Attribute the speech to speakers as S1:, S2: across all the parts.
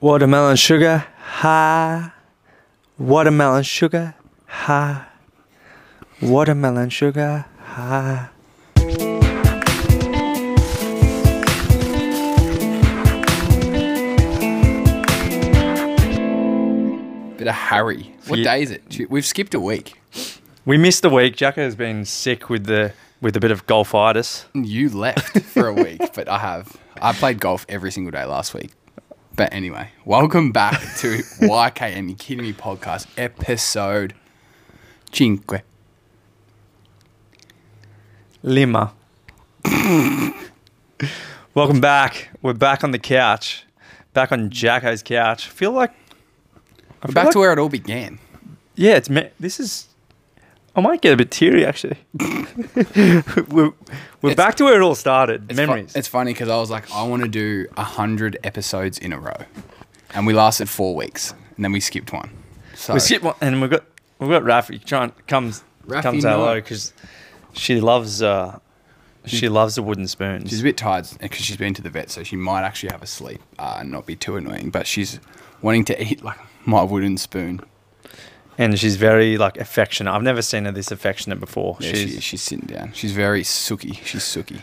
S1: Watermelon sugar high. Watermelon sugar high. Watermelon sugar high.
S2: Bit of hurry. What
S1: Ye-
S2: day is it? Tu- We've skipped a week.
S1: We missed a week. Jacko has been sick with the with a bit of golfitis.
S2: You left for a week, but I have. I played golf every single day last week. But anyway, welcome back to YKM You Kidding Me podcast episode cinque.
S1: Lima. Welcome back. We're back on the couch. Back on Jacko's couch. feel like
S2: We're back
S1: like-
S2: to where it all began.
S1: yeah, it's me- this is. I might get a bit teary actually. we're we're
S2: It's-
S1: back to where it all started.
S2: It's fu-
S1: Memories.
S2: it's funny because I was like, I want to do a hundred episodes in a row, and we lasted four weeks, and then we skipped one. So
S1: We skip one, and we've got we've got Rafi trying comes
S2: Rafi
S1: comes out
S2: Noah.
S1: low because she loves uh she loves the wooden spoons.
S2: She's a bit tired because she's been to the vet, so she might actually have a sleep uh, and not be too annoying. But she's wanting to eat like my wooden spoon.
S1: and she's very like affectionate. I've never seen her this affectionate before.
S2: Yeah,
S1: she's,
S2: she, she's sitting down. She's very sooky. She's sooky.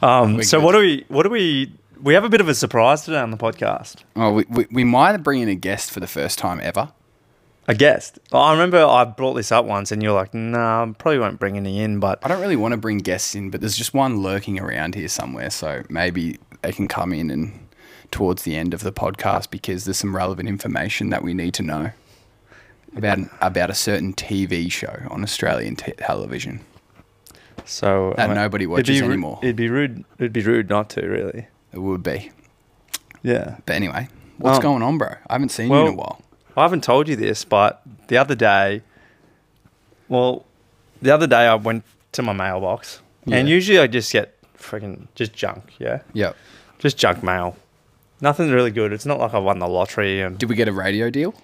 S1: um.
S2: we're
S1: So
S2: good.
S1: what do we what do we we have a bit of a surprise today on the podcast.
S2: Oh, we, we, we might bring in a guest for the first time ever.
S1: A guest. I remember I brought this up once, and you're like, "Nah, I probably won't bring any in." But
S2: I don't really want to bring guests in, but there's just one lurking around here somewhere, so maybe they can come in and towards the end of the podcast because there's some relevant information that we need to know about about a certain TV show on Australian te- television.
S1: so
S2: That
S1: I-
S2: nobody
S1: it'd
S2: watches
S1: be ru-
S2: anymore.
S1: It'd be rude. It'd be rude not to really.
S2: It would be.
S1: Yeah.
S2: But anyway, what's
S1: Um,
S2: going on, bro? I haven't seen you in
S1: well-
S2: a while.
S1: I haven't told you this, but the other day, well, the other day I went to my mailbox, and
S2: Yeah.
S1: usually I just get freaking just junk, yeah,
S2: Yep.
S1: just junk mail. Nothing really good. It's not like I won the lottery, and
S2: Did we get a radio deal?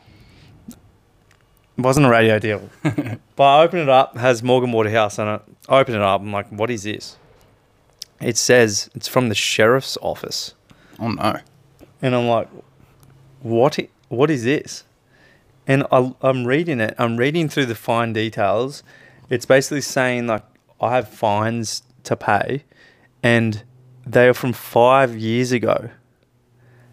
S1: it wasn't a radio deal. but I open it up, has Morgan Waterhouse on it. I open it up, I'm like, what is this? It says it's from the sheriff's office.
S2: Oh no.
S1: and I'm like, what? i- What is this? And I, I'm reading it. I'm reading through the fine details. It's basically saying like I have fines to pay, and they are from five years ago.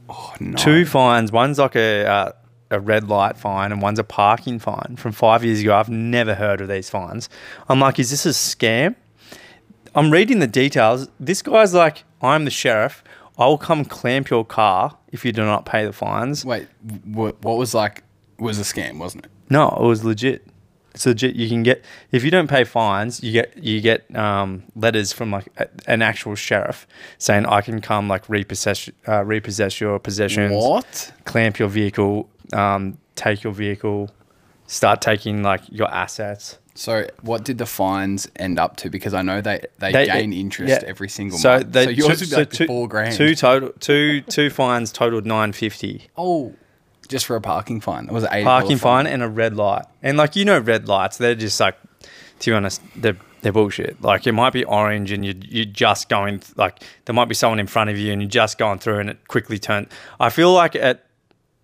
S2: Oh no.
S1: Two fines. One's like a uh, a red light fine, and one's a parking fine from five years ago. I've never heard of these fines. I'm like, is this a scam? I'm reading the details. This guy's like, I'm the sheriff. I'll come clamp your car if you do not pay the fines.
S2: Wait, what, what was like was a scam, wasn't it?
S1: No, it was legit. It's legit. You can get if you don't pay fines, you get you get um, letters from like a, an actual sheriff saying I can come like repossess uh, repossess your possessions,
S2: What?
S1: clamp your vehicle, um, take your vehicle, start taking like your assets.
S2: So what did the fines end up to? Because I know they, they, gain interest
S1: yeah.
S2: every single
S1: so
S2: month.
S1: They,
S2: so yours
S1: two-
S2: would be like
S1: so two-
S2: four grand.
S1: Two total two two fines totaled nine fifty.
S2: oh, just for a parking fine. That was an eighty dollar
S1: parking fine and a red light. And like you know, red lights they're just like, to be honest, they're they're bullshit. Like it might be orange and you you're just going like there might be someone in front of you and you're just going through and it quickly turned. I feel like at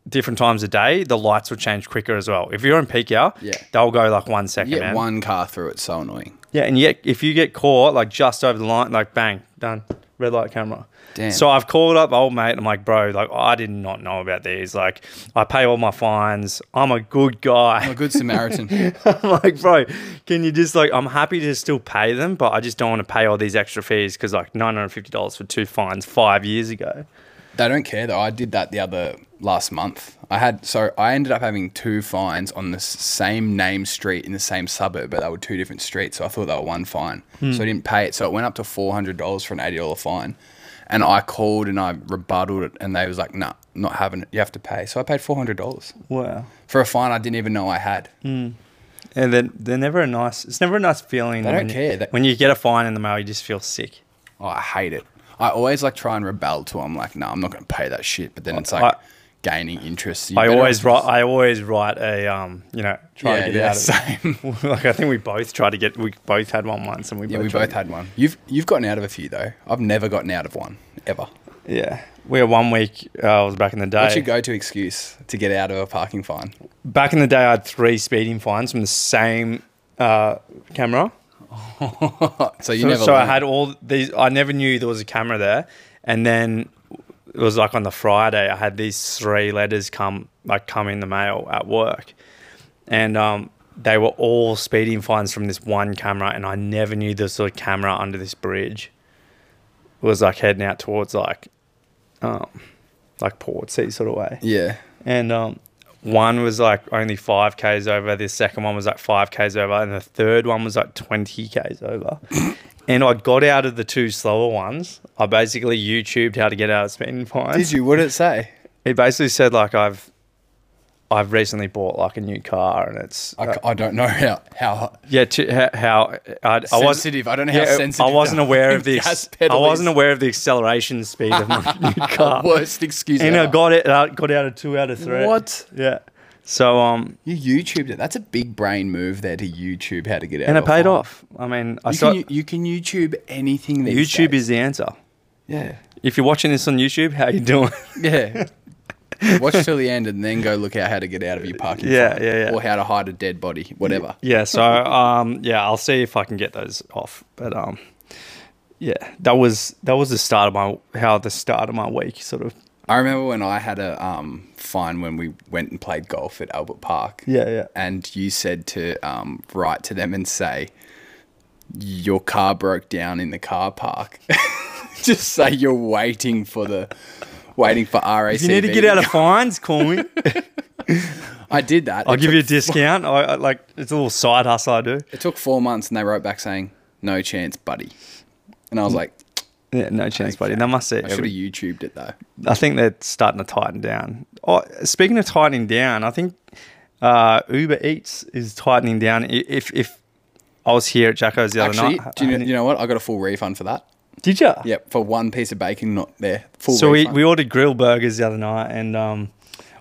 S1: different times of day the lights will change quicker as well. If you're in peak hour,
S2: Yeah.
S1: they'll go like one second.
S2: You get
S1: man.
S2: one car through. It's so annoying.
S1: Yeah, and yet if you get caught like just over the line, like bang, done, red light camera.
S2: Damn.
S1: So I've called up old mate. And I'm like, bro, like I did not know about these. Like I pay all my fines. I'm a good guy.
S2: I'm a good Samaritan.
S1: I'm like, bro, can you just like, I'm happy to still pay them, but I just don't want to pay all these extra fees because like $950 for two fines five years ago.
S2: they don't care though. I did that the other last month. I had so I ended up having two fines on the s- same name street in the same suburb, but they were two different streets. So I thought they were one fine.
S1: Hmm.
S2: So I didn't pay it. So it went up to four hundred dollars for an eighty dollar fine. And I called and I rebutted it, and they was like, "Nah, not having it. You have to pay." So I paid four hundred dollars
S1: Wow.
S2: for a fine I didn't even know I had.
S1: Hmm. And then they're never a nice, it's never a nice feeling.
S2: don't
S1: when you-
S2: care. They-
S1: when you get a fine in the mail, you just feel sick.
S2: Oh, I hate it. I always like try and rebel to. 'em. I'm like, "No, I'm not going to pay that shit." But then it's like
S1: I-
S2: gaining interest. You
S1: I
S2: better
S1: always
S2: off-
S1: write, I always write a, um, you know, try
S2: Yeah,
S1: to get
S2: yeah,
S1: out of it.
S2: same.
S1: like I think we both tried to get. We both had one once, and we
S2: Yeah,
S1: both
S2: we
S1: tried
S2: both had one. You've you've gotten out of a few though. I've never gotten out of one ever.
S1: Yeah. We were one week, uh, I was back in the day.
S2: What's your go-to excuse to get out of a parking fine?
S1: back in the day, I had three speeding fines from the same uh, camera.
S2: So you
S1: Uh, So,
S2: never.
S1: so I
S2: learn.
S1: had all these. I never knew there was a camera there, and then it was like on the Friday. I had these three letters come like come in the mail at work, and um, they were all speeding fines from this one camera, and I never knew there was a camera under this bridge. It was like heading out towards like, um, like Portsea sort of way
S2: Yeah.
S1: and um, one was like only five k's over. The second one was like five k's over, and the third one was like twenty k's over. and I got out of the two slower ones. I basically YouTubed how to get out of speeding
S2: Did
S1: fines.
S2: you? What did it say?
S1: It basically said like I've. I've recently bought like a new car and it's uh,
S2: I, c- I don't know how how
S1: yeah to, how, how I'd- I, was
S2: sensitive. I don't know
S1: yeah,
S2: how sensitive.
S1: I wasn't
S2: that
S1: aware of the
S2: gas
S1: ex- I
S2: pedal
S1: wasn't
S2: is.
S1: aware of the acceleration speed of my new car
S2: Worst excuse.
S1: and I
S2: ever.
S1: got it out got out of two out of three
S2: What?
S1: yeah so um
S2: You YouTubed it. That's a big brain move there to YouTube how to get out.
S1: and it
S2: of a
S1: paid
S2: fine.
S1: off. I mean, I
S2: You
S1: saw
S2: can, you, you can YouTube anything. These
S1: YouTube
S2: days.
S1: is the answer.
S2: yeah,
S1: If you're watching this on YouTube, how you doing?
S2: yeah. Watch till the end and then go look out how to get out of your parking.
S1: Yeah,
S2: fine.
S1: yeah, yeah.
S2: Or how to hide a dead body, whatever.
S1: yeah, so um, yeah, I'll see if I can get those off. But um, yeah, that was that was the start of my how the start of my week sort of.
S2: I remember when I had a um, fine when we went and played golf at Albert Park.
S1: Yeah, yeah.
S2: And you said to um, write to them and say, your car broke down in the car park. Just say you're waiting for the, waiting for RAC.
S1: If you need to get out of fines, call me.
S2: I did that.
S1: I'll
S2: It
S1: give
S2: took-
S1: you a discount. I, I like it's a little side hustle I do.
S2: It took four months, and they wrote back saying, "No chance, buddy." And
S1: Mm.
S2: I was like,
S1: Yeah, no chance, buddy. That must
S2: "I should have
S1: it.
S2: YouTubed it though."
S1: I think they're starting to tighten down. Oh, speaking of tightening down, I think uh, Uber Eats is tightening down. I- If if I was here at Jacko's the other
S2: Actually,
S1: night,
S2: do you know, you know what? I got a full refund for that.
S1: did you?
S2: Yep, for one piece of bacon not there. Full
S1: So we,
S2: refund.
S1: we ordered grill burgers the other night, and um,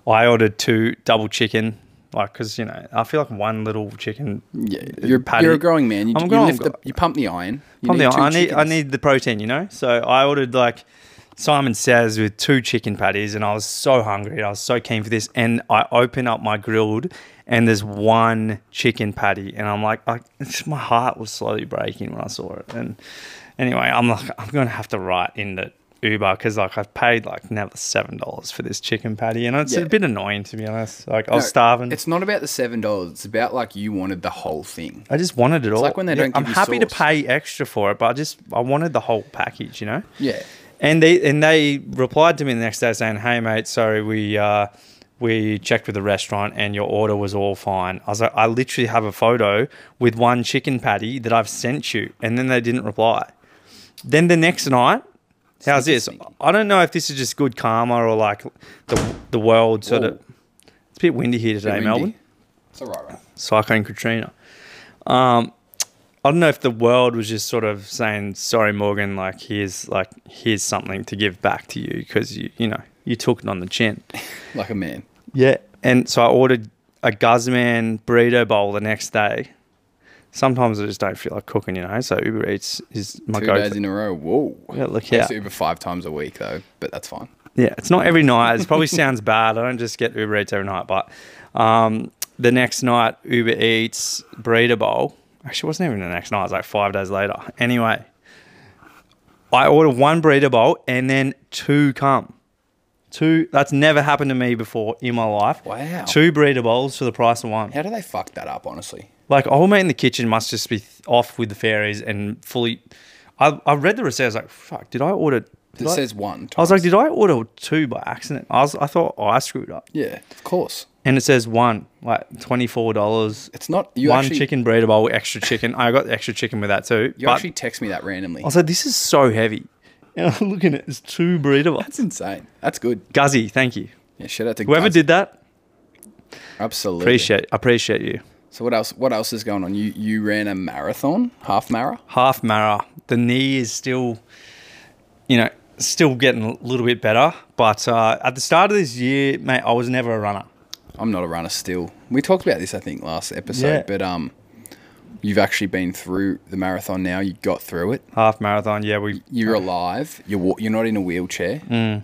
S1: I ordered two double chicken, like because you know I feel like one little chicken.
S2: yeah, you're,
S1: patty-
S2: you're a growing man. You,
S1: I'm
S2: you,
S1: growing-
S2: lift the, you pump the iron. You
S1: Pump the
S2: two
S1: iron. I need I
S2: chickens.
S1: need the protein, you know. So I ordered like Simon says with two chicken patties, and I was so hungry. and I was so keen for this, and I open up my grilled, and there's one chicken patty, and I'm like, I, it's just- my heart was slowly breaking when I saw it. And anyway, I'm like, I'm gonna have to write in the Uber because like I've paid like never seven dollars for this chicken patty, and it's
S2: Yeah.
S1: a bit annoying to be honest. Like I was
S2: No,
S1: starving.
S2: It's not about the seven dollars. It's about like you wanted the whole thing.
S1: I just wanted it all.
S2: like when they don't
S1: I'm
S2: give you
S1: happy to
S2: sauce.
S1: pay extra for it, but I just I wanted the whole package, you know.
S2: Yeah.
S1: And they and they replied to me the next day saying, "Hey mate, sorry we uh, we checked with the restaurant and your order was all fine." I was like, "I literally have a photo with one chicken patty that I've sent you," and then they didn't reply. Then the next night, how's this? I don't know if this is just good karma or like the the world sort
S2: Whoa.
S1: of. It's a bit windy here today,
S2: windy.
S1: Melbourne.
S2: It's all right, right?
S1: Cyclone Katrina. Um, I don't know if the world was just sort of saying, "Sorry, Morgan, like here's like here's something to give back to you because you you know you took it on the chin."
S2: Like a man.
S1: Yeah, and so I ordered a Guzman burrito bowl the next day. Sometimes I just don't feel like cooking, you know. So Uber Eats is my
S2: Two
S1: go.
S2: days in a row. Whoa.
S1: Yeah, look
S2: I used to
S1: out.
S2: Uber five times a week though, but that's fine.
S1: Yeah, it's not every night. It probably sounds bad. I don't just get Uber Eats every night, but um, the next night, Uber Eats burrito bowl. Actually, it wasn't even the next night. It was like five days later. Anyway, I ordered one burrito bowl and then two come. Two. That's never happened to me before in my life.
S2: Wow.
S1: Two burrito bowls for the price of one.
S2: How do they fuck that up? Honestly,
S1: Like old mate in the kitchen must just be th- off with the fairies and fully. I, I read the receipt. I was like, fuck. Did I order? Did
S2: it
S1: I- Oh.
S2: says one.
S1: I was
S2: times.
S1: like, did I order two by accident? I was, I thought I screwed up.
S2: yeah, of course.
S1: And it says one, like twenty four dollars.
S2: It's not you
S1: one
S2: actually,
S1: chicken burrito bowl, extra chicken. I got the extra chicken with that too.
S2: You
S1: but Oh.
S2: actually text me that randomly.
S1: I was like, this is so heavy. And I'm looking at it, it's two burrito bowls.
S2: That's insane. That's good.
S1: Guzzy, thank you.
S2: Yeah, shout out to
S1: Whoever
S2: Gus.
S1: did that,
S2: Absolutely.
S1: appreciate appreciate you.
S2: So what else? What else is going on? You you ran a marathon, half mara.
S1: Half Mara. The knee is still, you know, still getting a little bit better. But uh, at the start of this year, mate, I was never a runner.
S2: I'm not a runner still. We talked about this I think last episode,
S1: Yeah.
S2: but um, You've actually been through the marathon now. You got through it.
S1: half marathon. Yeah, Mm. we.
S2: You're alive. You're wa- you're not in a wheelchair.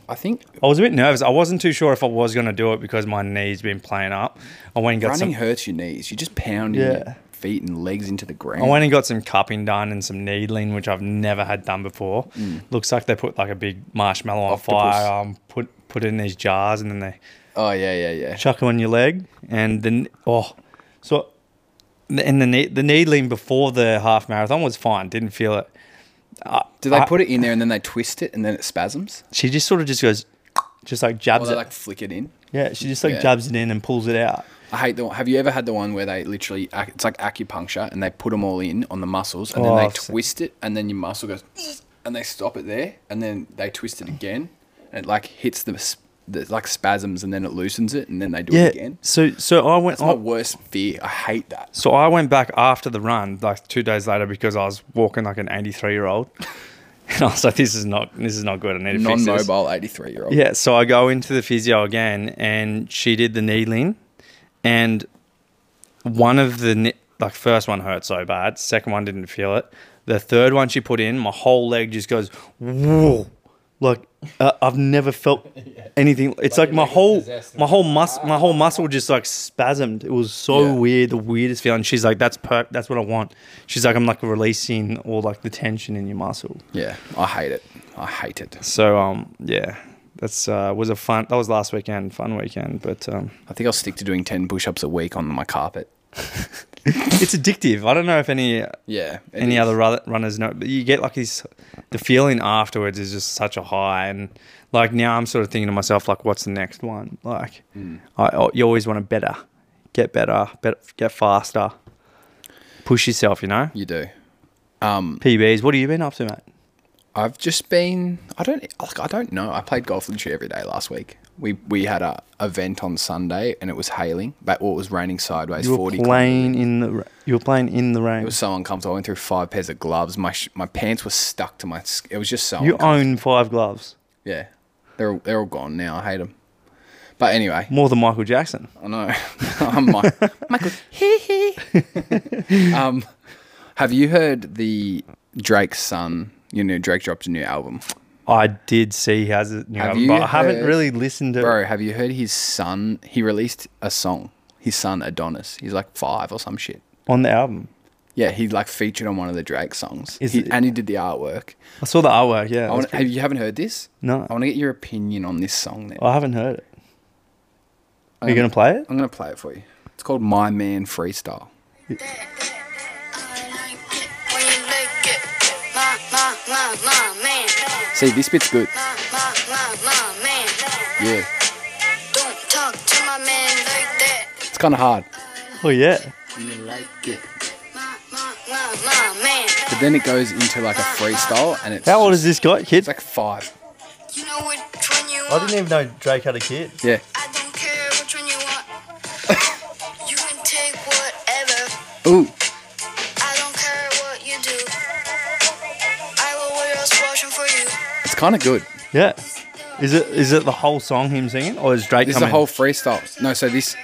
S2: I think
S1: I was a bit nervous. I wasn't too sure if I was going to do it because my knees been playing up. I went and got
S2: running
S1: some.
S2: hurts your knees. You're just pounding
S1: Yeah.
S2: your feet and legs into the ground.
S1: I went and got some cupping done and some needling, which I've never had done before. Looks like they put like a big marshmallow on
S2: Mm. Octopus.
S1: fire, um, put put it in these jars, and then they
S2: oh yeah, yeah, yeah.
S1: chuck them on your leg, and then oh, so and the ne- the needling before the half marathon was fine. Didn't feel it.
S2: Do they
S1: I-
S2: put it in there and then they twist it and then it spasms?
S1: She just sort of just goes, just like
S2: Or
S1: jabs
S2: they
S1: it.
S2: Oh, like flick it in?
S1: yeah, she just like
S2: yeah.
S1: jabs it in and pulls it out.
S2: I hate the. Have you ever had the one where they literally ac- it's like acupuncture and they put them all in on the muscles and
S1: Oh,
S2: then they
S1: I've seen-
S2: twist it and then your muscle goes and they stop it there and then they twist it again and it like hits the, s- the like spasms and then it loosens it and then they do
S1: Yeah. Oh.
S2: it again.
S1: So so I went.
S2: It's my
S1: I-
S2: worst fear. I hate that.
S1: So I went back after the run, like two days later, because I was walking like an eighty-three-year-old, and I was like, "This is not, this is not good. I need to fix this."
S2: Non-mobile eighty three year old.
S1: Yeah. So I go into the physio again, and she did the needling, and one of the ni- like first one hurt so bad, second one didn't feel it. The third one she put in, my whole leg just goes whoa, like uh, I've never felt anything. It's like,
S3: Like
S1: my
S3: your leg is
S1: whole
S3: possessed and
S1: my whole mus my whole muscle just like spasmed. It was so
S2: Yeah.
S1: weird, the weirdest feeling. She's like, that's per- that's what I want. She's like, I'm like releasing all like the tension in your muscle.
S2: yeah. I hate it. I hate it.
S1: So um yeah, that's uh was a fun that was last weekend, fun weekend, but um
S2: I think I'll stick to doing ten push ups a week on my carpet.
S1: it's addictive. I don't know if any
S2: Yeah. it
S1: any
S2: is.
S1: other other run- runners know, but you get like this the feeling afterwards is just such a high and like now I'm sort of thinking to myself like what's the next one? Like
S2: Mm.
S1: I, I- you always want to better, get better, better, get faster. Push yourself, you know?
S2: You do. Mm.
S1: PBs, what have you been up to, mate?
S2: I've just been. I don't. Like, I don't know. I played golf literally every day last week. We we had a event on Sunday and it was hailing, but well, it was raining sideways.
S1: You were
S2: Forty. kilometres.
S1: playing in the ra- you were playing in the rain.
S2: It was so uncomfortable. I went through five pairs of gloves. My sh- my pants were stuck to my. s- It was just so.
S1: you
S2: uncomfortable.
S1: own five gloves.
S2: Yeah, they're all- they're all gone now. I hate them. But anyway,
S1: More than Michael Jackson.
S2: I know. I'm Mike. Michael. Hee hee. um, have you heard the Drake's son? You know, Drake dropped a new album.
S1: I did see he has a new
S2: Have
S1: album,
S2: you
S1: but I haven't
S2: heard-
S1: really listened to
S2: Bro, have you heard his son? He released a song. His son Adonis. He's like five or some shit.
S1: on the album.
S2: Yeah, he like featured on one of the Drake songs,
S1: Is
S2: He-
S1: it-
S2: and he did the artwork.
S1: I saw the artwork. Yeah,
S2: I
S1: I,
S2: want have you haven't heard this?
S1: No.
S2: I want to get your opinion on this song. Then
S1: I haven't heard it. Are you
S2: Um,
S1: gonna play it?
S2: I'm gonna play it for you. It's called My Man Freestyle.
S4: When you make it, my, my, my, my man,
S2: See, this bit's good.
S4: my, my, my, my man.
S2: Yeah,
S4: Don't talk to my man like that.
S2: it's kind of hard,
S1: Oh yeah.
S4: My, my, my, my man.
S2: but then it goes into like a freestyle, and it's
S1: How old
S2: just-
S1: is this guy, kid?
S2: It's like five.
S4: You know which one you want.
S1: even know Drake had a kid.
S2: Yeah,
S4: I don't care which one you want. you can take whatever.
S2: ooh,
S4: I don't care what you do. I will wear a washing for you.
S2: it's kind of good.
S1: Yeah. Is it is it the whole song him singing, or is Drake
S2: This is
S1: coming?
S2: a whole freestyle. No, so this,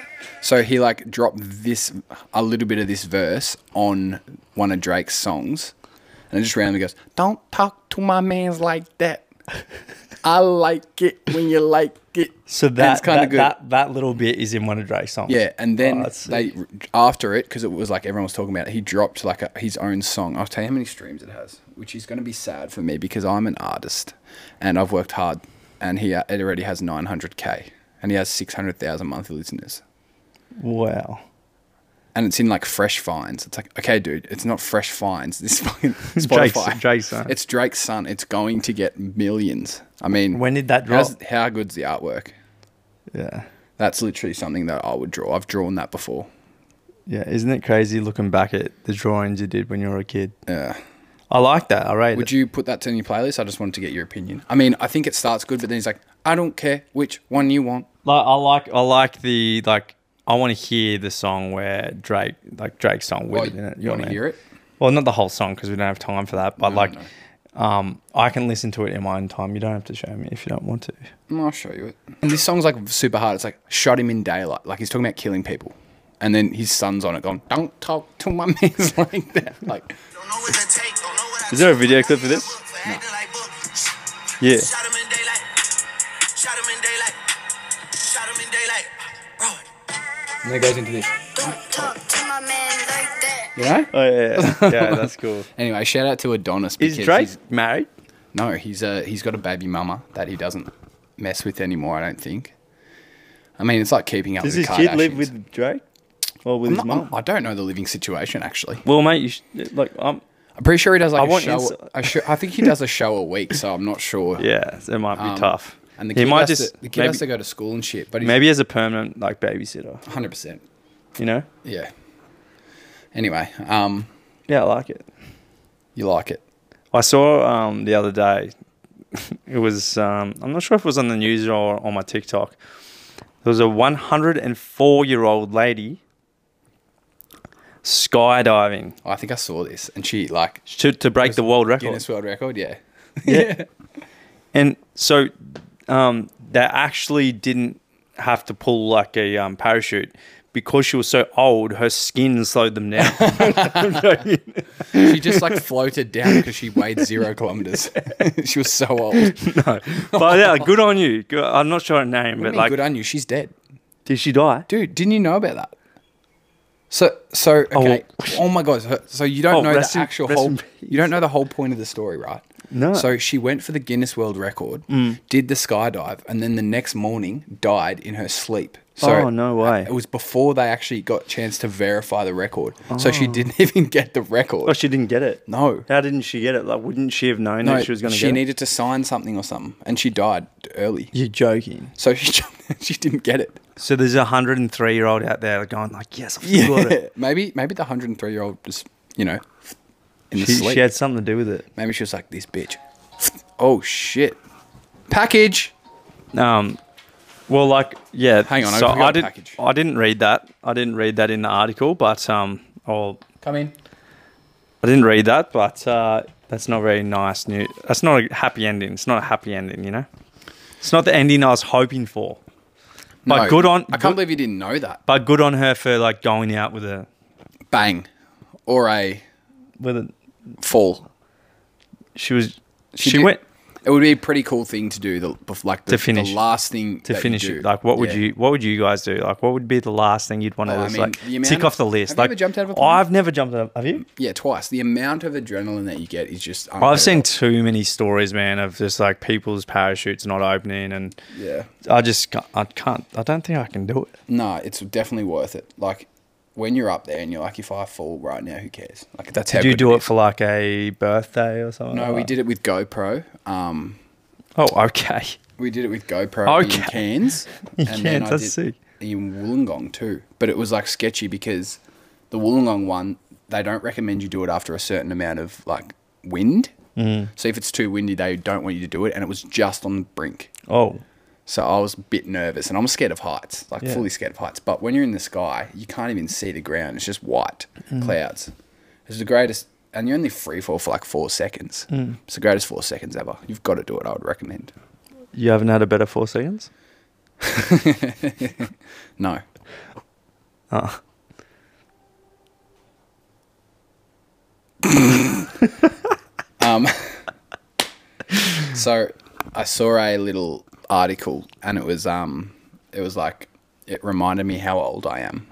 S2: so he like dropped this a little bit of this verse on one of Drake's songs, and it just randomly goes, "Don't talk to my man's like that. I like it when you like it."
S1: so
S2: And
S1: that
S2: it's kinda
S1: that, that that little bit is in one of Drake's songs.
S2: yeah, and
S1: Oh,
S2: then
S1: that's
S2: they
S1: sick.
S2: after it because it was like everyone was talking about it. He dropped like a, his own song. I'll tell you how many streams it has, which is going to be sad for me because I'm an artist and I've worked hard. And he uh, it already has 900k, and he has 600,000 monthly listeners.
S1: Wow.
S2: and it's in like fresh finds. It's like, okay, dude, it's not fresh finds. This fucking Spotify.
S1: Drake's son.
S2: It's Drake's son. It's going to get millions. I mean,
S1: When did that
S2: how's-
S1: drop?
S2: How good's the artwork?
S1: Yeah.
S2: That's literally something that I would draw. I've drawn that before.
S1: Yeah. Isn't it crazy looking back at the drawings you did when you were a kid?
S2: Yeah.
S1: I like that. I rate
S2: Would
S1: it.
S2: you put that in your playlist? I just wanted to get your opinion. I mean, I think it starts good, but then he's like, I don't care which one you want.
S1: Like I like I like the like I want to hear the song where Drake like Drake's song with
S2: Oh,
S1: it in it.
S2: you want to hear it?
S1: Well, not the whole song because we don't have time for that. But
S2: No,
S1: like,
S2: no.
S1: um, I can listen to it in my own time. You don't have to show me if you don't want to.
S2: Mm, I'll show you it. And this song's like super hard. It's like, shot him in daylight. Like he's talking about killing people. and then his son's on it going, "Don't talk to my man's like that." Like,
S4: Is there a video clip for this?
S1: Yeah.
S2: and then it goes into this,
S4: Yeah.
S2: you know.
S1: Oh, yeah. Yeah, that's cool.
S2: Anyway, shout out to Adonis.
S1: Is
S2: because
S1: Drake
S2: he's-
S1: married?
S2: No, he's uh, he's got a baby mama that he doesn't mess with anymore. I don't think. I mean, it's like keeping up
S3: Does
S2: with
S3: his
S2: the
S3: kid live
S2: Kardashians.
S3: with Drake? Or with
S2: I'm
S3: his
S2: not- I'm-
S3: mum?
S2: I don't know the living situation actually.
S1: Well, mate, you should, like, um,
S2: I'm pretty sure he does like
S1: I
S2: a
S1: want
S2: show.
S1: insi-
S2: A show. I think he does a show a week, so I'm not sure.
S1: yeah, so it might be
S2: Um,
S1: tough.
S2: And the
S1: he
S2: kid,
S1: might
S2: has,
S1: just
S2: to, the kid
S1: maybe,
S2: has to go to school and shit. But he's
S1: maybe as a permanent like babysitter,
S2: 100. percent
S1: you know?
S2: Yeah. Anyway, um,
S1: Yeah, I like it.
S2: you like it?
S1: I saw um, the other day. It was um, I'm not sure if it was on the news or on my TikTok. There was a 104 year old lady skydiving
S2: I think I saw this, and she like
S1: to, to break the world record.
S2: Guinness World Record. Yeah.
S1: And so um, they actually didn't have to pull like a um, parachute because she was so old. Her skin slowed them down.
S2: She just like floated down because she weighed zero kilometers. she was so old.
S1: but yeah, good on you. Good, I'm not sure her name, but
S2: I mean,
S1: like,
S2: good on you. She's dead.
S1: did she die?
S2: dude didn't you know about that so so okay oh, my god so- so you don't
S1: Oh,
S2: know
S1: rest
S2: the
S1: in-
S2: actual
S1: rest
S2: whole
S1: in peace.
S2: you don't know the whole point of the story right
S1: No. Mm.
S2: so she went for the guinness world record did the skydive and then the next morning died in her sleep so
S1: Oh, no way.
S2: it was before they actually got a chance to verify the record so she didn't even get the record
S1: Oh, she didn't get it.
S2: no
S1: How didn't she get it? Like, wouldn't she have known
S2: no
S1: that she was going to
S2: she
S1: get
S2: needed to sign something or something and she died early
S1: it? You're joking.
S2: so she she didn't get it
S1: So there's a 103 year old out there going like, yes, I've got it.
S2: maybe maybe the 103 year old just you know in the
S1: She,
S2: sleep.
S1: she had something to do with it.
S2: maybe she was like this bitch. Oh shit! Package.
S1: Um, well, like, yeah.
S2: Hang on, I
S1: so
S2: forgot
S1: I,
S2: the
S1: did,
S2: package.
S1: I didn't read that. I didn't read that in the article, but um, or
S2: Come in.
S1: I didn't read that, but uh, that's not very nice news. That's not a happy ending. It's not a happy ending, you know. It's not the ending I was hoping for. But good on.
S2: I can't
S1: good-
S2: believe you didn't know that.
S1: But good on her for like going out with a
S2: Bang, or a
S1: with a.
S2: fall.
S1: She was. She,
S2: did-
S1: went
S2: It would be a pretty cool thing to do. The bef- like the,
S1: To finish-
S2: the last thing
S1: to
S2: that you
S1: finish
S2: do.
S1: it. Like, what would
S2: Yeah.
S1: you? What would you guys do? Like, what would be the last thing you'd want to
S2: Oh, I
S1: just
S2: mean,
S1: like
S2: the amount
S1: tick
S2: of-
S1: off the list?
S2: have you
S1: like,
S2: ever jumped out of a plane?
S1: I've never jumped out. Have you?
S2: Yeah, twice. The amount of adrenaline that you get is just. unreal.
S1: I've seen too many stories, man, of just like people's parachutes not opening, and
S2: Yeah.
S1: I just ca- I can't. I don't think I can do it.
S2: No, it's definitely worth it. Like when you're up there and you're like, if I fall right now, who cares? Like that's how
S1: Did you
S2: good
S1: do it
S2: is.
S1: for like a birthday or something?
S2: No,
S1: like
S2: we
S1: that?
S2: did it with GoPro. Um,
S1: Oh, okay.
S2: We did it with GoPro in
S1: Okay.
S2: Cairns.
S1: In
S2: and
S1: Cairns,
S2: then I
S1: that's
S2: did
S1: sick.
S2: In Wollongong too. But it was like sketchy because the Wollongong one, they don't recommend you do it after a certain amount of like wind. Mm. So if it's too windy, they don't want you to do it. And it was just on the brink.
S1: Oh,
S2: So I was a bit nervous and I'm scared of heights, like
S1: Yeah.
S2: fully scared of heights. But when you're in the sky, you can't even see the ground. It's just white clouds. It's the greatest, and you only free fall for like four seconds. It's the greatest four seconds ever. You've got to do it. I would recommend.
S1: you haven't had a better four seconds.
S2: No.
S1: Oh.
S2: um, so I saw a little article, and it was um, it was like it reminded me how old I am.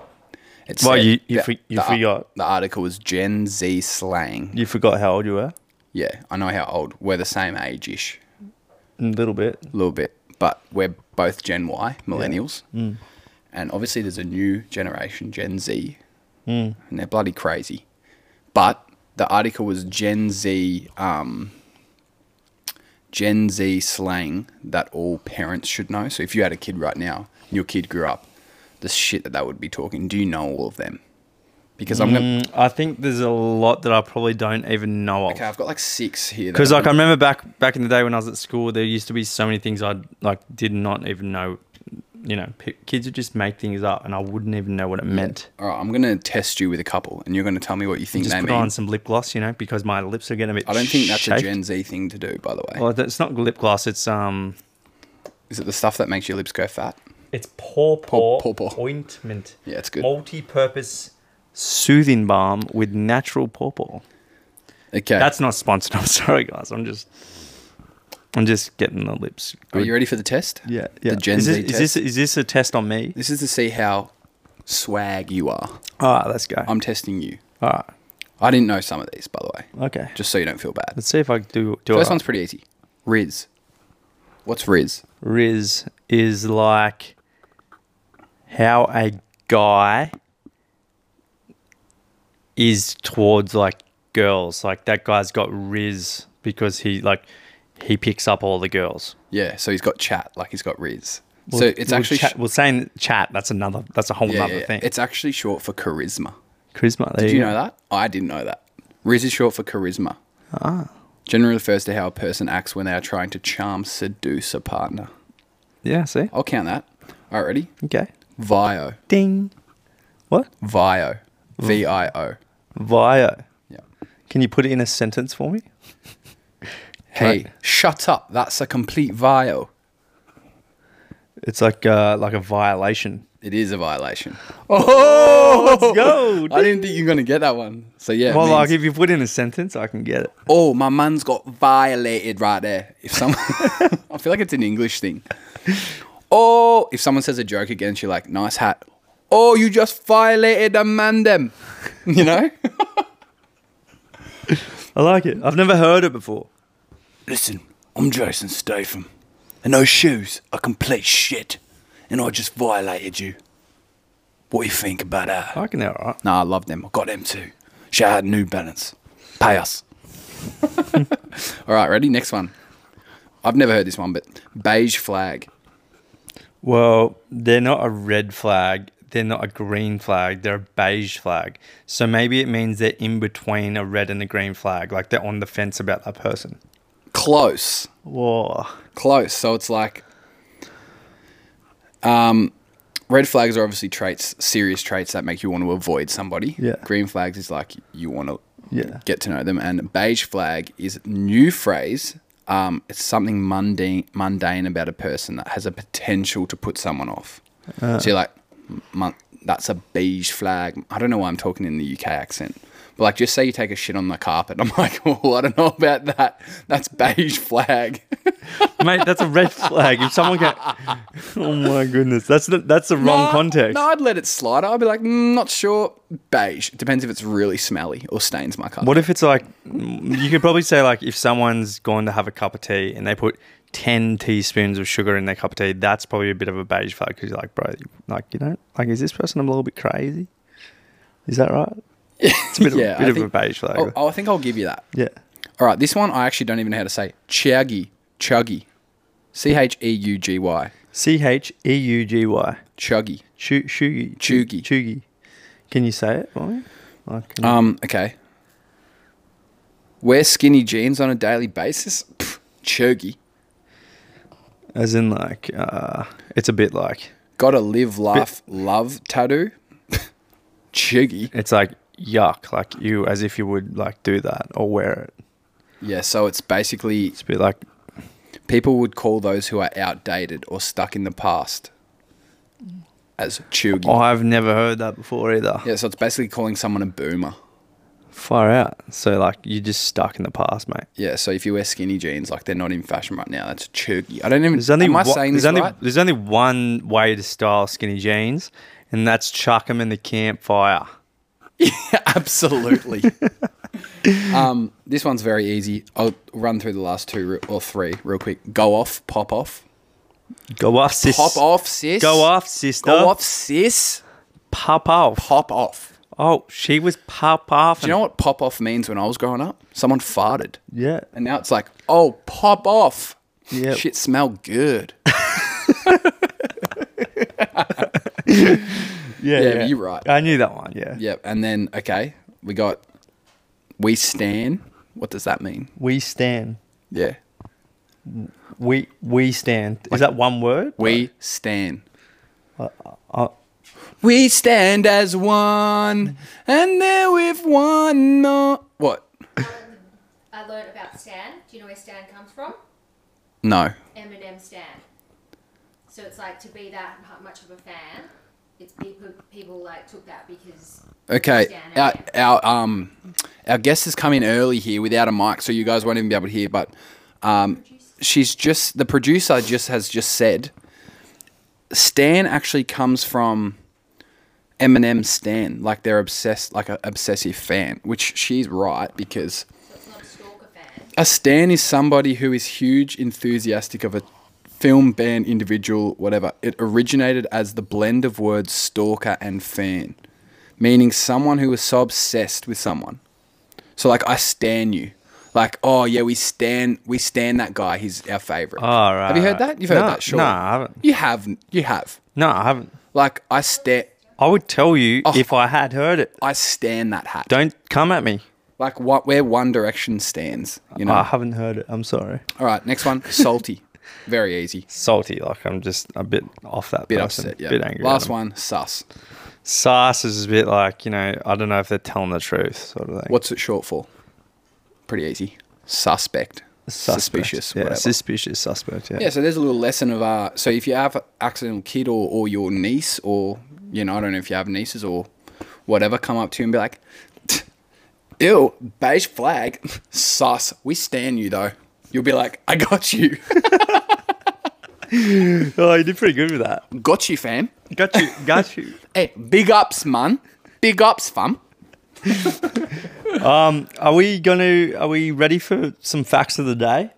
S2: It's
S1: Well, you- you for- you forgot.
S2: The article was Gen Z slang.
S1: You forgot how old you were.
S2: Yeah, I know how old. We're the same age ish,
S1: A little bit.
S2: a little bit, but we're both Gen Y, millennials.
S1: Mm.
S2: And obviously, there's a new generation, Gen Z,
S1: Mm.
S2: and they're bloody crazy. But the article was Gen Z, um, Gen Z slang that all parents should know. So if you had a kid right now, your kid grew up, the shit that they would be talking. Do you know all of them? Because I'm gonna.
S1: Mm, I think there's a lot that I probably don't even know of.
S2: Okay, I've got like six here. that
S1: Because
S2: I'm
S1: like I remember back back in the day when I was at school, there used to be so many things I like did not even know. You know, p- kids would just make things up, and I wouldn't even know what it meant.
S2: All right, I'm going to test you with a couple, and you're going to tell me what you think
S1: Just
S2: they
S1: put
S2: mean.
S1: on some lip gloss, you know, because my lips are getting a bit.
S2: I don't think that's a
S1: shaped.
S2: Gen Z thing to do, by the way.
S1: Well, it's not lip gloss. It's um.
S2: Is it the stuff that makes your lips go fat?
S1: It's paw paw,
S2: Paw Paw.
S1: ointment.
S2: Yeah, it's good.
S1: Multi-purpose soothing balm with natural pawpaw.
S2: Okay.
S1: That's not sponsored. I'm sorry, guys. I'm just, I'm just getting the lips.
S2: Are
S1: Good.
S2: you ready for the test?
S3: Yeah,
S2: The
S3: yeah.
S2: Gen
S1: is, this,
S2: Z
S1: is
S2: test.
S1: this is this a test on me?
S2: This is to see how swag you are.
S1: All right, let's go.
S2: I'm testing you.
S1: All right,
S2: I didn't know some of these, by the way,
S1: Ah, okay.
S2: just so you don't feel bad.
S1: let's see if I do do
S2: First
S1: it.
S2: one's pretty easy. Riz. What's Riz?
S1: Riz is like how a guy is towards like girls. Like that guy's got Riz because he like he picks up all the girls.
S2: Yeah, so he's got chat, like he's got Riz.
S1: Well,
S2: so it's
S1: well,
S2: actually
S1: chat,
S2: sh-
S1: well saying chat. That's another. That's a whole
S2: yeah,
S1: other
S2: yeah,
S1: thing.
S2: It's actually short for charisma.
S1: charisma. There
S2: Did you
S1: go.
S2: know that? I didn't know that. Riz is short for charisma. Ah. Generally refers to how a person acts when they are trying to charm, seduce a partner.
S1: Yeah. See.
S2: I'll count that. All right, ready?
S1: Okay.
S2: Vio.
S1: Ding. What?
S2: Vio.
S1: Mm.
S2: V I O.
S1: Via.
S2: Yeah.
S1: Can you put it in a sentence for me?
S2: Hey,
S1: Right.
S2: shut up. That's a complete vio.
S1: It's like uh, like a violation.
S2: It is a violation.
S1: Let's go.
S2: I didn't think you were going to get that one. So, yeah. it
S1: Well, like
S2: means,
S1: if you put in a sentence, I can get it.
S2: oh, my man's got violated right there. If someone, I feel like it's an English thing. Oh, if someone says a joke against you, like, nice hat. Oh, you just violated a man, them. You know?
S1: I like it. I've never heard it before.
S5: Listen, I'm Jason Statham, and those shoes are complete shit, and I just violated you. What do you think about that?
S1: I can hear all right.
S2: nah, I love them.
S5: I got them too. Shout out New Balance. Pay us.
S2: All right, ready? Next one. I've never heard this one, but beige flag.
S1: Well, they're not a red flag. They're not a green flag. They're a beige flag. So maybe it means they're in between a red and a green flag. Like they're on the fence about that person.
S2: Close.
S1: Whoa.
S2: close. So it's like, um, red flags are obviously traits, serious traits that make you want to avoid somebody.
S1: Yeah.
S2: Green flags is like you want to
S1: Yeah.
S2: get to know them, and beige flag is new phrase. Um, it's something mundane, mundane about a person that has a potential to put someone off.
S1: Uh.
S2: so you're like, "Mon- that's a beige flag. I don't know why I'm talking in the UK accent. But like, just say you take a shit on the carpet. I'm like, oh, I don't know about that. That's beige flag.
S1: Mate, that's a red flag. If someone can, oh my goodness, that's the, that's the wrong
S2: Nah,
S1: context.
S2: No, I'd let it slide. I'd be like, mm, not sure. Beige. Depends if it's really smelly or stains my carpet.
S1: What if it's like you could probably say like if someone's going to have a cup of tea and they put ten teaspoons of sugar in their cup of tea, that's probably a bit of a beige flag because you're like, bro, you- like you know, like is this person a little bit crazy? Is that right? It's a bit,
S2: Yeah,
S1: of,
S2: I
S1: bit of
S2: think-
S1: a beige flag.
S2: Oh, oh, I think I'll give you that.
S1: Yeah,
S2: All right, this one I actually don't even know how to say. Chuggy. Chuggy. C H E U G Y.
S1: C H E U G Y,
S2: Chuggy.
S1: Chu- shugi, chu-
S2: Chugi.
S1: chugi. Can you say it for me? Like, can you-
S2: Um, okay. Wear skinny jeans on a daily basis? Pff, chuggy.
S1: as in like, uh, it's a bit like
S2: Gotta live, laugh, love tattoo? chuggy.
S1: it's like yuck, like you as if you would like do that or wear it.
S2: Yeah, so it's basically
S1: It's a bit like
S2: People would call those who are outdated or stuck in the past as chuggy.
S1: Oh, I've never heard that before either.
S2: Yeah, so it's basically calling someone a boomer.
S1: Far out. So like you're just stuck in the past, mate.
S2: Yeah, so if you wear skinny jeans, like they're not in fashion right now, that's chuggy. I don't even.
S1: There's only
S2: am I
S1: one-
S2: saying
S1: there's
S2: this
S1: only
S2: right?
S1: there's only one way to style skinny jeans, and that's chuck them in the campfire.
S2: Absolutely. um, this one's very easy. I'll run through the last two re- or three real quick. Go off, pop off,
S1: Go off, sis.
S2: pop off, sis.
S1: Go off, sister.
S2: go off, sis.
S1: Pop off.
S2: Pop off.
S1: Oh, she was pop off.
S2: Do you know what pop off means? When I was growing up, someone farted.
S1: Yeah.
S2: And now it's like, oh, pop off.
S1: Yeah.
S2: Shit smell good.
S1: Yeah,
S2: yeah, you're right.
S1: I knew that one. Yeah.
S2: yep. And then, okay, we got we stan. What does that mean?
S1: We stand.
S2: Yeah.
S1: We we stand. Is that one word?
S2: We stan.
S1: uh.
S2: we stand as one, and there we've won. No. What?
S6: I learned about Stan. Do you know where Stan comes from?
S2: No.
S6: Eminem Stan. So it's like to be that hu- much of a fan, it's people people like took that because
S2: Okay,
S6: Scan
S2: our,
S6: it.
S2: our um our guest has come in early here without a mic, so you guys won't even be able to hear. But um, she's just the producer just has just said, Stan actually comes from Eminem Stan, like they're obsessed, like an obsessive fan, which she's right because
S6: so it's not a stalker fan.
S2: a stan is somebody who is huge, enthusiastic of a film, band, individual, whatever. It originated as the blend of words stalker and fan, meaning someone who is so obsessed with someone. So like, I stan you. Like, oh yeah, we stan, we stan that guy. He's our favorite.
S1: All right.
S2: Have you heard that? You've heard
S1: no,
S2: that, sure.
S1: No, I haven't.
S2: You have, you have.
S1: No, I haven't.
S2: Like, I stan,
S1: I would tell you
S2: Oh.
S1: if I had heard it.
S2: I stan that hat.
S1: Don't come at me.
S2: Like, what where One Direction stands, you know.
S1: I haven't heard it. I'm sorry.
S2: All right, next one, salty, very easy.
S1: Salty, like I'm just a bit off that
S2: Bit
S1: person.
S2: upset, yeah.
S1: Bit angry.
S2: Last one, sus.
S1: Sass is a bit like, you know, I don't know if they're telling the truth, sort of thing.
S2: What's it short for? Pretty easy. Suspect.
S1: Suspect.
S2: Suspicious.
S1: Yeah,
S2: whatever.
S1: suspicious suspect. Yeah.
S2: yeah, so there's a little lesson of uh so if you have an accidental kid or, or your niece or you know, I don't know if you have nieces or whatever, come up to you and be like Ew, beige flag. Sus. We stand you though. You'll be like, I got you.
S1: Oh, you did pretty good with that.
S2: got you, fam.
S1: Got you. Got you.
S2: Hey, big ups, man. Big ups, fam.
S1: Are we gonna? Are we ready for some facts of the day?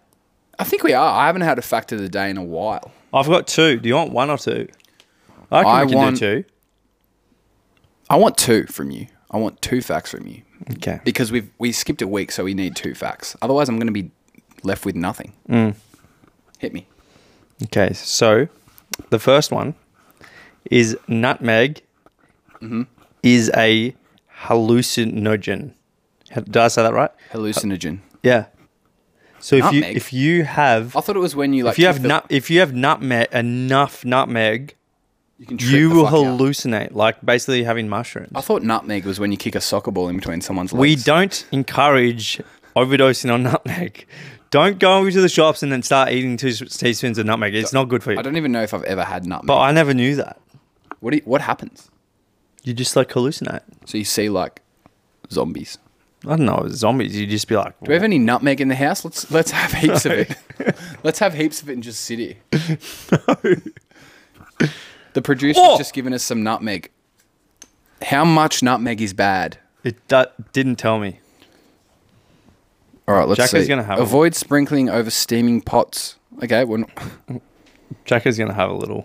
S2: I think we are. I haven't had a fact of the day in a while.
S1: I've got two. Do you want one or two? I reckon
S2: I
S1: we can
S2: want-
S1: do two.
S2: I want two from you. I want two facts from you.
S1: Okay.
S2: because we've we skipped a week, so we need two facts. Otherwise, I'm going to be left with nothing.
S1: Mm.
S2: Hit me.
S1: Okay. So, the first one is nutmeg
S2: Mm-hmm.
S1: is a hallucinogen. Ha- Did I say that right?
S2: Hallucinogen.
S1: Yeah. So if you
S2: Nutmeg?
S1: if you have
S2: I thought it was when you like
S1: if you
S2: took
S1: have
S2: the-
S1: nut if you have nutmeg enough nutmeg,
S2: you, can trip
S1: you
S2: the
S1: will
S2: fuck out.
S1: hallucinate. Like basically having mushrooms.
S2: I thought nutmeg was when you kick a soccer ball in between someone's legs.
S1: We don't encourage overdosing on nutmeg. Don't go into the shops and then start eating two s- teaspoons of nutmeg. It's not good for you.
S2: I don't even know if I've ever had nutmeg.
S1: but I never knew that.
S2: what do you, what happens?
S1: You just like hallucinate.
S2: So you see like zombies.
S1: I don't know, it's zombies. You just be like,
S2: Do we have any nutmeg in the house? Let's let's have heaps of it. let's have heaps of it and just sit here. The producer's
S1: Oh!
S2: just given us some nutmeg. How much nutmeg is bad?
S1: it du- didn't tell me.
S2: All right, let's
S1: Jacko's
S2: see.
S1: gonna have
S2: Avoid sprinkling over steaming pots. Okay, we're not,
S1: Jacko's gonna have a little.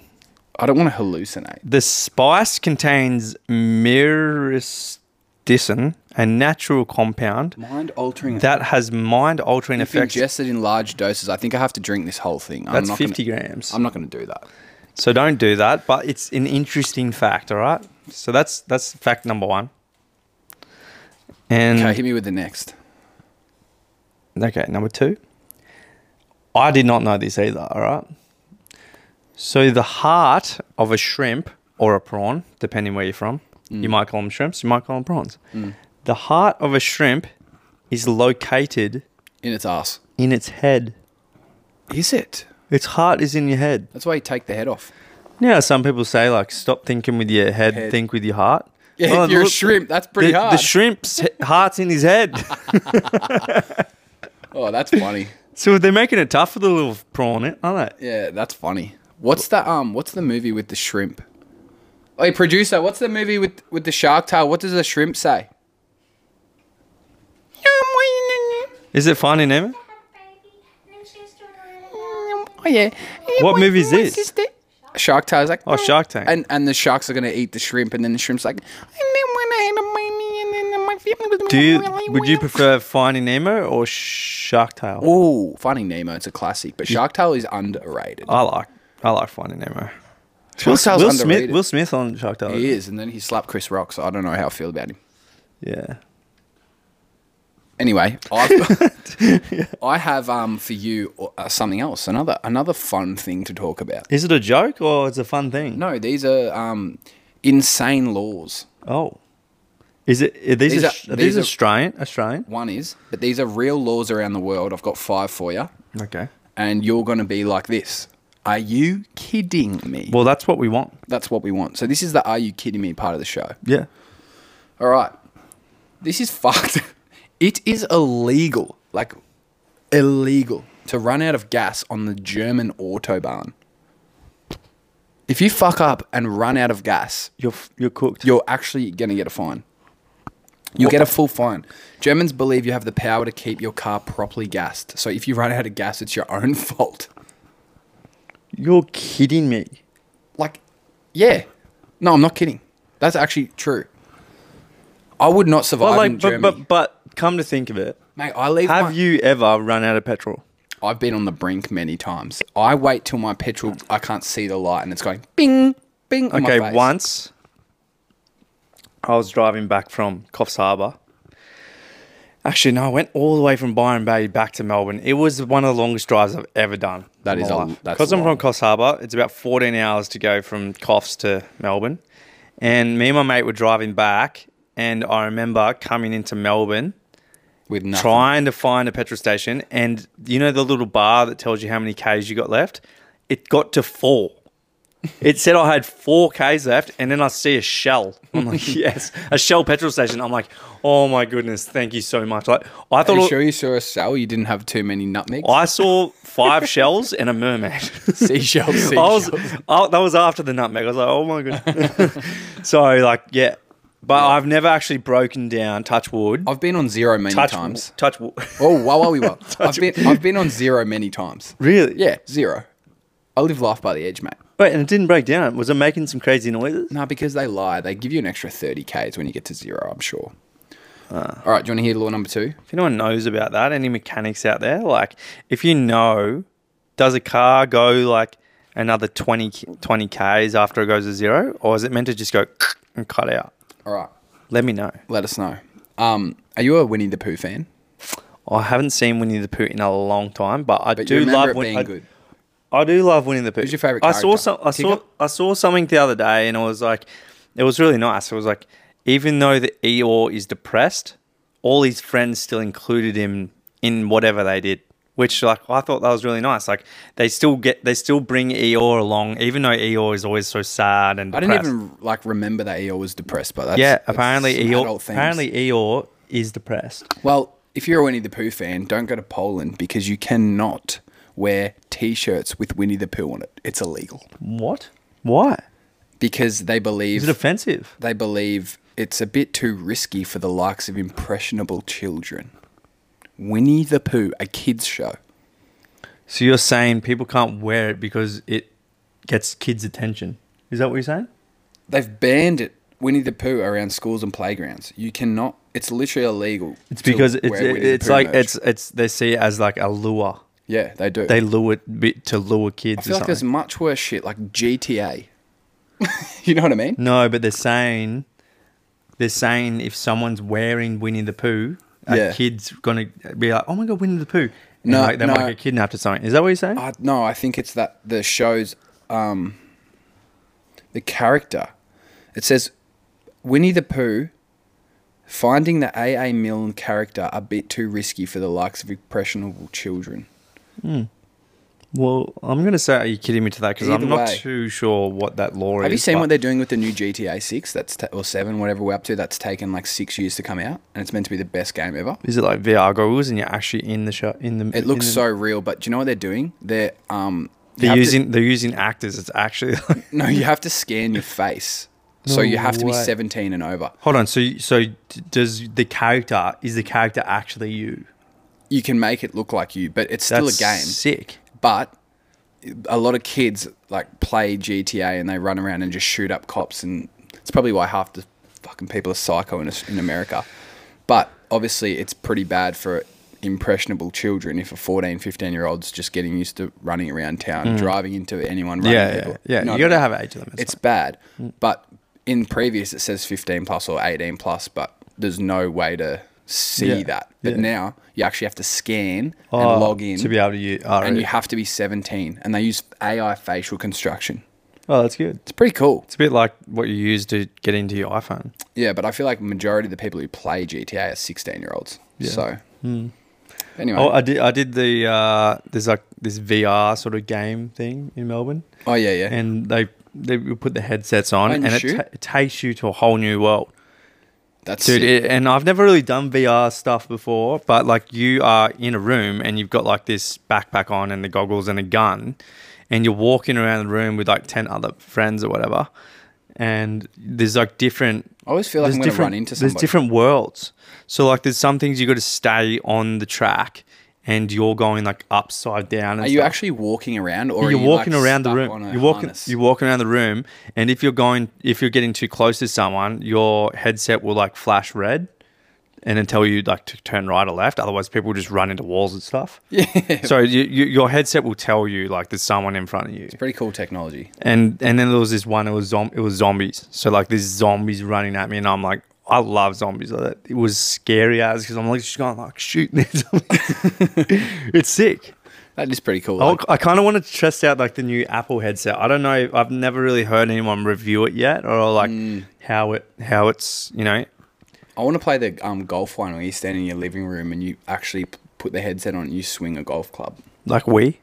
S2: I don't want to hallucinate.
S1: The spice contains myristicin, a natural compound
S2: Mind altering.
S1: that has mind-altering
S2: if
S1: effects.
S2: ingested in large doses, I think I have to drink this whole thing. I'm
S1: That's
S2: not
S1: 50
S2: gonna,
S1: grams.
S2: I'm not going to do that.
S1: So don't do that, but it's an interesting fact, all right? So that's that's fact number 1. And
S2: Okay,
S1: okay,
S2: hit me with the next.
S1: number 2. I did not know this either, all right? So the heart of a shrimp or a prawn, depending where you're from.
S2: Mm.
S1: You might call them shrimps, you might call them prawns. The heart of a shrimp is located
S2: In its ass.
S1: in its head.
S2: Is it?
S1: Its heart is in your head.
S2: That's why you take the head off.
S1: Now, some people say like, stop thinking with your head,
S2: Head.
S1: think with your heart.
S2: Yeah,
S1: Well,
S2: if you're a
S1: look-
S2: shrimp, that's pretty
S1: the, the
S2: hard.
S1: shrimp's he- heart's in his head.
S2: oh, that's funny.
S1: so they're making it tough for the little prawn, aren't they?
S2: Yeah, that's funny. What's the um? What's the movie with the shrimp? Hey, producer, what's the movie with with the shark tail? What does the shrimp say?
S1: Is it Finding Nemo?
S7: Baby,
S2: Oh yeah.
S1: What movie is this?
S2: Shark Tale is like
S1: Oh, Shark Tank.
S2: and and the sharks are gonna eat the shrimp, and then the shrimp's like.
S1: Do you would you prefer Finding Nemo or Shark Tale?
S2: Oh, Finding Nemo, it's a classic, but Shark Tale is underrated.
S1: I like I like Finding Nemo. Oh, Will,
S2: Shark Tale's
S1: Will Smith
S2: underrated.
S1: Will Smith on Shark Tale.
S2: he is, and then he slapped Chris Rock, so I don't know how I feel about him.
S1: Yeah.
S2: Anyway, I've, I have um for you uh, something else, another another fun thing to talk about.
S1: Is it a joke or it's a fun thing?
S2: No, these are um insane laws.
S1: Oh. Is it are these,
S2: These
S1: are,
S2: are-
S1: are these
S2: these are-
S1: Australian? Australian?
S2: One is, but these are real laws around the world. I've got five for you.
S1: Okay.
S2: and you're going to be like this. Are you kidding me?
S1: Well, that's what we want.
S2: That's what we want. So this is the "Are you kidding me?" part of the show.
S1: Yeah.
S2: All right. This is fucked. It is illegal, like illegal, to run out of gas on the German autobahn. If you fuck up and run out of gas,
S3: You're f- you're cooked.
S2: you're actually going to get a fine. You'll get a full fine. Germans believe you have the power to keep your car properly gassed. So if you run out of gas, it's your own fault.
S3: you're kidding me.
S2: Like, yeah. No, I'm not kidding. That's actually true. I would not survive
S1: But
S2: in
S1: like, but,
S2: Germany.
S1: but but come to think of it,
S2: Mate, I leave
S1: have
S2: my-
S1: you ever run out of petrol?
S2: I've been on the brink many times. I wait till my petrol, I can't see the light, and it's going bing, bing. on my
S1: Okay,
S2: face.
S1: once I was driving back from Coffs Harbour. Actually, no, I went all the way from Byron Bay back to Melbourne. It was one of the longest drives I've ever done.
S2: That is a- that's
S1: because I'm
S2: long.
S1: from Coffs Harbour. It's about 14 hours to go from Coffs to Melbourne, and me and my mate were driving back, and I remember coming into Melbourne
S2: with nothing.
S1: trying to find a petrol station, and you know the little bar that tells you how many k's you got left. It got to four. It said I had four k's left, and then I see a Shell. I'm like, yes, a Shell petrol station. I'm like, oh my goodness, thank you so much. Like, I
S2: Are
S1: thought
S2: you
S1: it-
S2: sure you saw a cell? You didn't have too many nutmegs.
S1: I saw five shells and a mermaid.
S2: seashells. seashells.
S1: I was, I, that was after the nutmeg. I was like, oh my goodness. so like, yeah, but I've never actually broken down. Touch wood.
S2: I've been on zero many
S1: touch wo-
S2: Oh, times.
S1: Touch wood.
S2: Oh, wow, wow, wow. I've been I've been on zero many times.
S1: really?
S2: Yeah, zero. I live life by the edge, mate.
S1: Wait, and it didn't break down. Was it making some crazy noises?
S2: No, because they lie. They give you an extra thirty k's when you get to zero. I'm sure.
S1: Ah.
S2: All right, do you want to hear law number two?
S1: If anyone knows about that, any mechanics out there, like if you know, does a car go like another 20, 20 k's after it goes to zero, or is it meant to just go and cut out?
S2: All right,
S1: Let me know.
S2: let us know. Um, are you a Winnie the Pooh fan?
S1: I haven't seen Winnie the Pooh in a long time, but I
S2: But
S1: do
S2: you remember
S1: love
S2: it
S1: Win-
S2: being
S1: I,
S2: good.
S1: I do love Winnie the Pooh.
S2: Who's your favourite
S1: I saw
S2: character?
S1: some. I saw.
S2: Tigger?
S1: I saw something the other day, and it was like, it was really nice. It was like, even though the Eeyore is depressed, all his friends still included him in whatever they did. Which like I thought that was really nice. Like they still get, they still bring Eeyore along, even though Eeyore is always so sad and.
S2: I
S1: Depressed.
S2: didn't even like remember that Eeyore was depressed, but that's,
S1: Yeah,
S2: that's
S1: apparently
S2: some
S1: Eeyore.
S2: adult things.
S1: Apparently Eeyore is depressed.
S2: Well, if you're a Winnie the Pooh fan, don't go to Poland because you cannot wear T-shirts with Winnie the Pooh on it. It's illegal
S1: What? Why?
S2: because they
S1: Is
S2: believe
S1: it offensive?
S2: they believe it's a bit too risky for the likes of impressionable children. Winnie the Pooh, a kids show.
S1: So you're saying people can't wear it because it gets kids' attention? Is that what you're saying?
S2: They've banned it. Winnie the Pooh around schools and playgrounds. You cannot. It's literally illegal.
S1: It's
S2: to
S1: because it's
S2: wear Winnie
S1: it,
S2: the
S1: it's
S2: Pooh
S1: like
S2: merch.
S1: it's it's they see it as like a lure.
S2: yeah they do.
S1: They lure bit to lure kids.
S2: I feel
S1: or
S2: like there's
S1: something.
S2: much worse shit like GTA. you know what I mean?
S1: no, but they're saying they're saying if someone's wearing Winnie the Pooh, a
S2: Yeah.
S1: kid's gonna be like, oh my god, Winnie the Pooh. And
S2: No,
S1: like they
S2: no.
S1: might get kidnapped or something. Is that what you're saying?
S2: Uh, no, I think it's that the show's um, the character. It says Winnie the Pooh finding the AA Milne character a bit too risky for the likes of impressionable children.
S1: well, I'm gonna say, are you kidding me to that? Because
S2: Either
S1: I'm not
S2: way.
S1: too sure what that lore is.
S2: Have you seen
S1: but-
S2: what they're doing with the new GTA Six? That's ta- or seven, whatever we're up to. That's taken like six years to come out, and it's meant to be the best game ever.
S1: Is it like VR goggles and you're actually in the show? In the
S2: It looks
S1: in the-
S2: so real, but do you know what they're doing? They're um, you
S1: They're
S2: have to-
S1: using they're using actors. It's actually like,
S2: no, you have to scan your face, so
S1: No
S2: you have to be
S1: way.
S2: seventeen and over.
S1: hold on. So you- so d- does the character is the character actually you?
S2: you can make it look like you, but it's still
S1: That's
S2: a game.
S1: Sick.
S2: But a lot of kids like play GTA and they run around and just shoot up cops, and it's probably why half the fucking people are psycho in, Aus- in America. But obviously, it's pretty bad for impressionable children if a 14, 15 year old's just getting used to running around town, driving into anyone,
S1: Mm.
S2: running
S1: Yeah, yeah,
S2: people.
S1: yeah.
S2: No,
S1: you got
S2: no,
S1: to have age limits.
S2: it's bad. But in previous, it says 15 plus or 18 plus, but there's no way to see
S1: Yeah,
S2: that. But
S1: yeah.
S2: now you actually have to scan
S1: Oh,
S2: and log in
S1: to be able to use. Oh,
S2: and you have to be 17. And they use AI facial construction.
S1: oh, that's good.
S2: It's pretty cool.
S1: It's a bit like what you use to get into your iPhone.
S2: Yeah, but I feel like majority of the people who play GTA are 16 year olds. So Anyway.
S1: Hmm. Oh,
S2: Oh,
S1: I did. I did the uh, there's like this VR sort of game thing in Melbourne,
S2: Oh, yeah, yeah.
S1: and they they will put the headsets on,
S2: And
S1: and,
S2: you
S1: it,
S2: shoot?
S1: ta- it takes you to a whole new world,
S2: That's
S1: dude.
S2: sick.
S1: It, and I've never really done VR stuff before, but like you are in a room and you've got like this backpack on and the goggles and a gun, and you're walking around the room with like ten other friends or whatever, and there's like different
S2: I always feel like
S1: there's
S2: I'm going to
S1: different-
S2: run into
S1: There's
S2: somebody.
S1: different worlds. So like, there's some things you got to stay on the track, and you're going like upside down. And
S2: Are you
S1: stuff.
S2: actually walking around, or are
S1: You're
S2: you,
S1: walking
S2: like,
S1: around the
S2: stuck
S1: room.
S2: on a
S1: You're walking.
S2: harness?
S1: You're walking around the room, and if you're going, if you're getting too close to someone, your headset will like flash red, and then tell you like to turn right or left. Otherwise, people just run into walls and stuff.
S2: yeah,
S1: So you, you, your headset will tell you like there's someone in front of you.
S2: pretty cool technology.
S1: And and then there was this one. It was zom- it was zombies. So like there's zombies running at me, and I'm like, I love zombies. Like, It was scary as because I'm like just going like shoot these zombies. it's sick.
S2: That is pretty cool.
S1: I,
S2: Like,
S1: I kind of want to test out like the new Apple headset. I don't know. I've never really heard anyone review it yet, or like
S2: Mm.
S1: how it how it's you know.
S2: I want to play the um, golf one where you stand in your living room and you actually p- put the headset on and you swing a golf club.
S1: Like we,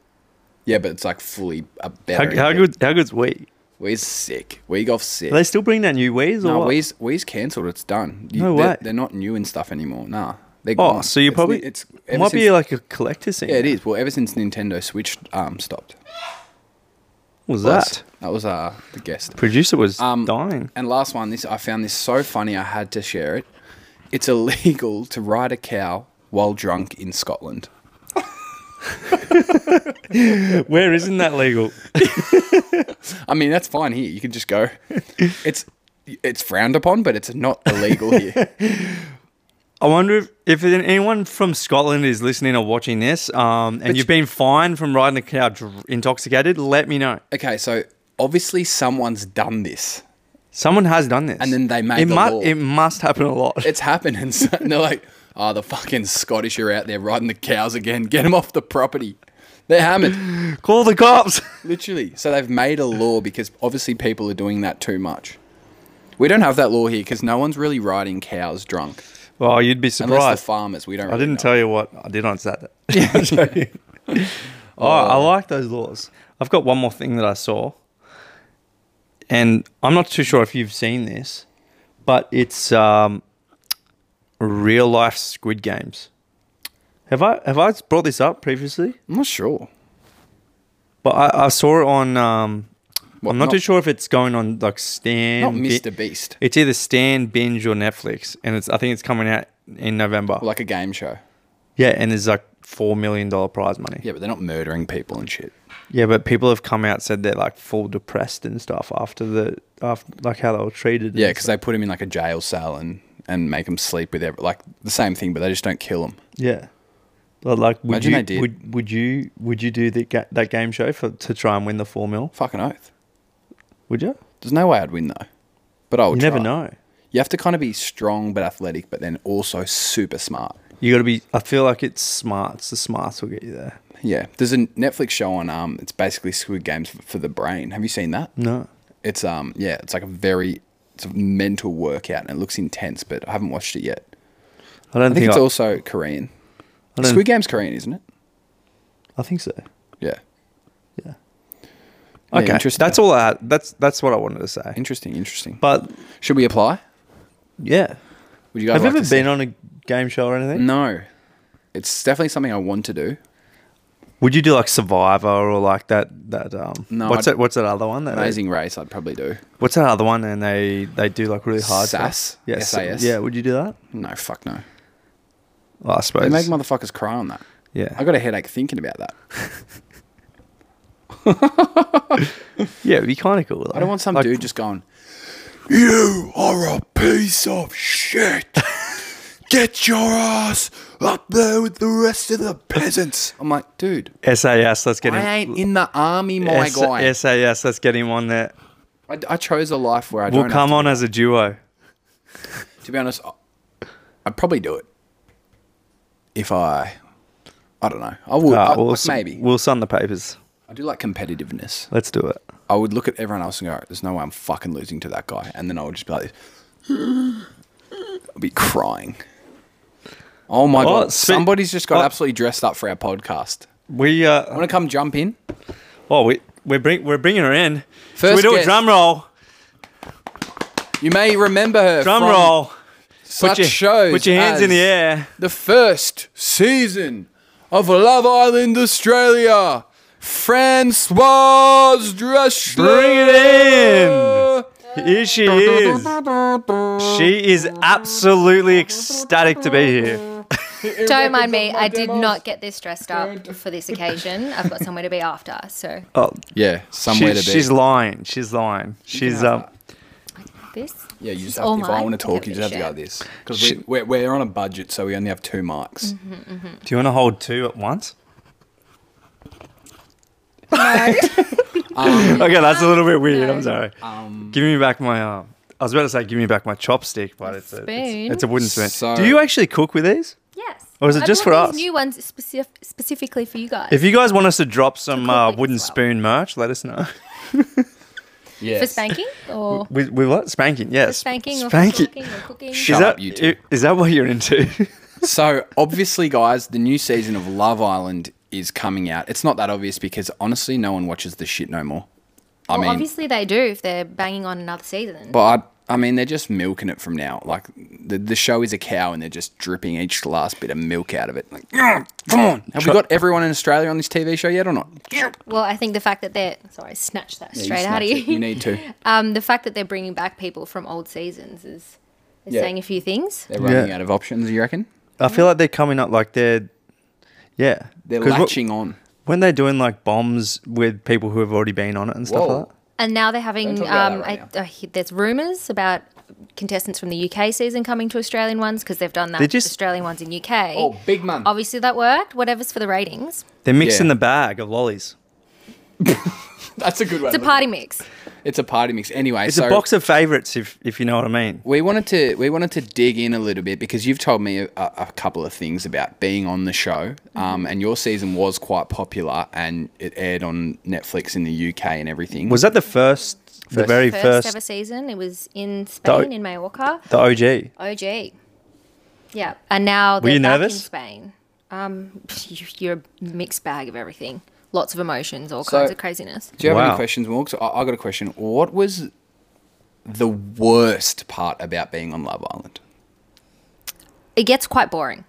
S2: Yeah, but it's like fully a
S1: how,
S2: better.
S1: how good how good's we?
S2: We's sick. We golf sick.
S1: Are they still bring that new we's or
S2: no,
S1: what?
S2: We's We's cancelled. It's done. You-
S1: No
S2: they're,
S1: way.
S2: They're not new and stuff anymore. Nah, they're
S1: Oh,
S2: gone.
S1: so you
S2: It's-
S1: probably
S2: it's
S1: it
S2: ever
S1: might be
S2: since-
S1: like a collector's thing.
S2: yeah, it is. Well, ever since Nintendo Switch um stopped.
S1: What was that?
S2: That was uh the guest.
S1: Producer was
S2: Um,
S1: dying.
S2: And last one, this I found this so funny I had to share it. It's illegal to ride a cow while drunk in Scotland.
S1: Where isn't that legal?
S2: I mean, that's fine here. You can just go. It's it's frowned upon, but it's not illegal here.
S1: I wonder if, if anyone from Scotland is listening or watching this, um, and you've been fined from riding a cow dr- intoxicated. Let me know.
S2: Okay, so obviously someone's done this.
S1: Someone has done this,
S2: And then they made
S1: it.
S2: the
S1: mu-
S2: law.
S1: It must happen a lot.
S2: It's happened, and, so, and they're like, "Oh, the fucking Scottish are out there riding the cows again. Get them off the property. They're hammered,
S1: Call the cops.
S2: literally." So they've made a law because obviously people are doing that too much. We don't have that law here because no one's really riding cows drunk.
S1: well, you'd be
S2: Unless
S1: surprised.
S2: the farmers, we don't.
S1: I didn't tell you what I did on Saturday. I'm joking. oh, I like those laws. I've got one more thing that I saw, and I'm not too sure if you've seen this, but it's um, real life Squid Games. Have I have I brought this up previously?
S2: I'm not sure.
S1: But I, I saw it on. Um,
S2: What,
S1: I'm not,
S2: not-
S1: too sure if it's going on like Stan.
S2: Not
S1: Bi-
S2: Mr. Beast,
S1: It's either Stan, Binge, or Netflix, and it's I think it's coming out in November.
S2: like a game show.
S1: Yeah, and there's like four million dollar prize money.
S2: Yeah, but they're not murdering people and shit.
S1: Yeah, but people have come out said they're like full depressed and stuff after the after like how they were treated. and
S2: Yeah, because
S1: stuff.
S2: they put him in like a jail cell and and make him sleep with every, like the same thing, but they just don't kill him.
S1: yeah. But like, would
S2: Imagine
S1: you
S2: they did.
S1: would would you would you do the ga- that game show for to try and win the four mil?
S2: Fucking oath.
S1: Would you?
S2: There's no way I'd win though. But I would.
S1: You never
S2: try.
S1: know.
S2: You have to kind of be strong but athletic, but then also super smart.
S1: You got to be. I feel like it's smarts. The smarts will get you there.
S2: Yeah, there's a Netflix show on. Um, it's basically Squid Games f- for the brain. Have you seen that?
S1: No.
S2: It's um, yeah, it's like a very it's a mental workout and it looks intense, but I haven't watched it yet.
S1: I don't
S2: I
S1: think,
S2: think it's
S1: I,
S2: also Korean.
S1: I don't-
S2: Squid Game's Korean, isn't it?
S1: I think so.
S2: Yeah.
S1: Yeah.
S2: Yeah,
S1: Okay.
S2: interesting.
S1: that's all I had. That's that's what I wanted to say.
S2: Interesting, interesting.
S1: But
S2: Should we apply?
S1: yeah,
S2: Would you guys
S1: have you
S2: like
S1: ever
S2: to
S1: been
S2: see- Mm.
S1: on a game show or anything?
S2: No. It's definitely something I want to do.
S1: Would you do like Survivor or like that that um?
S2: No,
S1: what's
S2: I'd-
S1: that? What's that other one? That they-
S2: Amazing race, I'd probably do.
S1: what's that other one? And they they do like really hard stuff?
S2: SAS?
S1: Yeah, so-
S2: SAS?
S1: Yeah, would you do that?
S2: No, fuck no.
S1: Well, I suppose.
S2: They make motherfuckers cry on that.
S1: yeah,
S2: I got a headache thinking about that.
S1: yeah, it'd be kind of cool.
S2: I don't want some
S1: like,
S2: dude just going, You are a piece of shit. Get your ass up there with the rest of the peasants. I'm like, dude,
S1: SAS. Let's get him.
S2: I ain't in the army, my
S1: S-
S2: guy.
S1: SAS. Let's get him on there.
S2: I, I chose a life where I
S1: We'll
S2: don't.
S1: come
S2: have
S1: on as a duo.
S2: to, to be honest, I- I'd probably do it if I. I don't know. I would.
S1: Uh,
S2: I-
S1: we'll,
S2: like,
S1: s-
S2: maybe.
S1: we'll sign the papers.
S2: I do like competitiveness.
S1: Let's do it.
S2: I would look at everyone else and go, "There's no way I'm fucking losing to that guy," and then I would just be like, I'd be crying. Oh my
S1: Oh,
S2: god!
S1: spe-
S2: Somebody's just got
S1: oh.
S2: absolutely dressed up for our podcast.
S1: We uh,
S2: Want to come jump in?
S1: oh we we're bring, we're bringing her in. Should
S2: First
S1: we do a
S2: guest.
S1: drum roll.
S2: You may remember her.
S1: Drum
S2: from
S1: roll.
S2: Such
S1: put your
S2: shows.
S1: Put your hands in
S2: as
S1: the air.
S2: The first season of Love Island Australia. Francois Dressler.
S1: Bring it in. Here she is. She is absolutely ecstatic to be here.
S6: Don't mind me. I did not get this dressed up for this occasion. I've got somewhere to be after, so
S1: Oh,
S2: Yeah,
S1: she,
S2: somewhere to be.
S1: she's lying. She's lying. She's um.
S6: this.
S2: yeah, you just
S6: all
S2: have, if I
S6: mine.
S2: want to talk, you
S6: Give
S2: just have to
S6: it a
S2: go
S6: share.
S2: like this. Because we, we're, we're on a budget, so we only have two mics.
S6: Mm-hmm.
S1: Do you want to hold two at once? Um, okay, that's a little bit weird. I'm sorry. give me back my. Um, I was about to say, give me back my chopstick, but it's a,
S6: Spoon.
S1: it's, it's a wooden spoon.
S2: So-
S1: Do you actually cook with these?
S6: Yes.
S1: Or is it
S6: I
S1: just
S6: bought
S1: for us?
S6: these New ones specif- specifically for you guys.
S1: If you guys want us to drop some
S6: cook
S1: uh,
S6: with
S1: wooden
S6: as well.
S1: spoon merch, let us know.
S2: Yes.
S6: for spanking or
S1: with, with what? Spanking,
S6: for
S1: yes.
S6: spanking or for
S1: Spanking.
S6: cooking or cooking.
S1: Is
S2: Shut
S1: that,
S2: up, you two.
S1: i- is that what you're into?
S2: So obviously, guys, the new season of Love Island is coming out. It's not that obvious because honestly, no one watches the shit no more. I
S6: well,
S2: mean,
S6: obviously they do if they're banging on another season.
S2: but I, I mean, they're just milking it from now. Like the the show is a cow, and they're just dripping each last bit of milk out of it. Like, "Yeah, come on, have we got everyone in Australia on this TV show yet or not?
S6: well, I think the fact that they're sorry, snatch that
S2: Yeah,
S6: straight out of
S2: snatch
S6: you.
S2: it. You need to.
S6: um, the fact that they're bringing back people from old seasons is, is
S2: Yeah.
S6: saying a few things.
S2: They're running out of options. You reckon?
S1: I feel like they're coming up like they're. Yeah.
S2: They're
S1: 'Cause what-
S2: latching on.
S1: when they're doing like bombs with people who have already been on it and stuff
S2: Whoa.
S1: like that.
S6: And now they're
S2: Don't
S6: having
S2: talk about
S6: um,
S2: that right
S6: I, I- there's rumours about contestants from the UK season coming to Australian ones because they've done that
S1: They just-
S6: Australian ones in UK.
S2: Oh, big man.
S6: Obviously that worked. Whatever's for the ratings.
S1: They're mixing
S2: Yeah.
S1: the bag of lollies.
S2: That's a good one.
S6: It's a party mix.
S2: It's a party mix. Anyway,
S1: It's
S2: so
S1: a box of favourites, if if you know what I mean.
S2: We wanted to we wanted to dig in a little bit because you've told me a, a couple of things about being on the show,
S6: Mm-hmm.
S2: um, and your season was quite popular and it aired on Netflix in the UK and everything.
S1: Was that the first, the
S2: First.
S1: very
S6: First,
S1: first,
S6: ever season. It was in Spain
S1: Don't-
S6: in Mallorca.
S1: the OG?
S6: OG. Yeah, and now they're
S1: you
S6: back
S1: nervous?
S6: in Spain. Um, you- you're a mixed bag of everything. Lots of emotions, all
S2: So-
S6: kinds of craziness.
S2: Do you have any
S1: Wow.
S2: questions, Morgs? I, I got a question. What was the worst part about being on Love Island?
S6: It gets quite boring.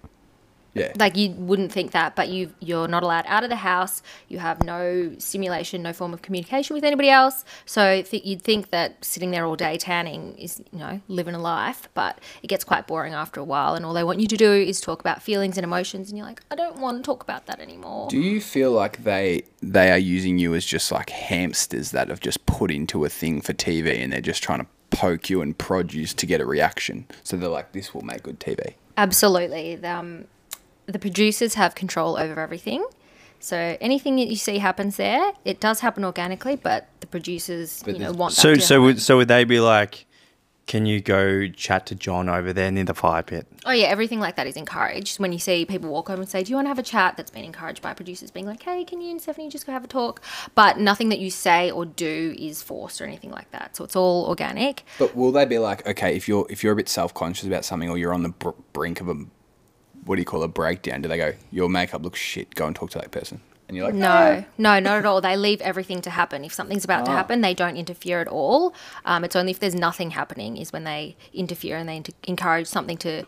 S2: Yeah,
S6: Uh, Like you wouldn't think that, but you you're not allowed out of the house. You have no stimulation, no form of communication with anybody else. So th- you'd think that sitting there all day tanning is you know living a life, but it gets quite boring after a while. And all they want you to do is talk about feelings and emotions, and you're like, I don't want to talk about that anymore.
S2: Do you feel like they they are using you as just like hamsters that have just put into a thing for TV and they're just trying to poke you and produce to get a reaction? So they're like, this will make good TV.
S6: Absolutely. The, Um, the producers have control over everything. So anything that you see happens there, it does happen organically, but the producers, you know, want
S1: So
S6: that to
S1: so
S6: happen.
S1: would so would they be like, can you go chat to John over there near the fire pit?
S6: Oh yeah, everything like that is encouraged. When you see people walk over and say, "Do you want to have a chat?" That's been encouraged by producers being like, "Hey, can you and Stephanie just go have a talk?" But nothing that you say or do is forced or anything like that. So it's all organic.
S2: But will they be like, okay, if you're if you're a bit self conscious about something or you're on the br- brink of a what do you call a breakdown? Do they go, your makeup looks shit? Go and talk to that person. And you're like,
S6: No, no, not at all. They leave everything to happen. If something's about
S1: Oh.
S6: to happen, they don't interfere at all. Um, it's only if there's nothing happening is when they interfere and they inter- encourage something to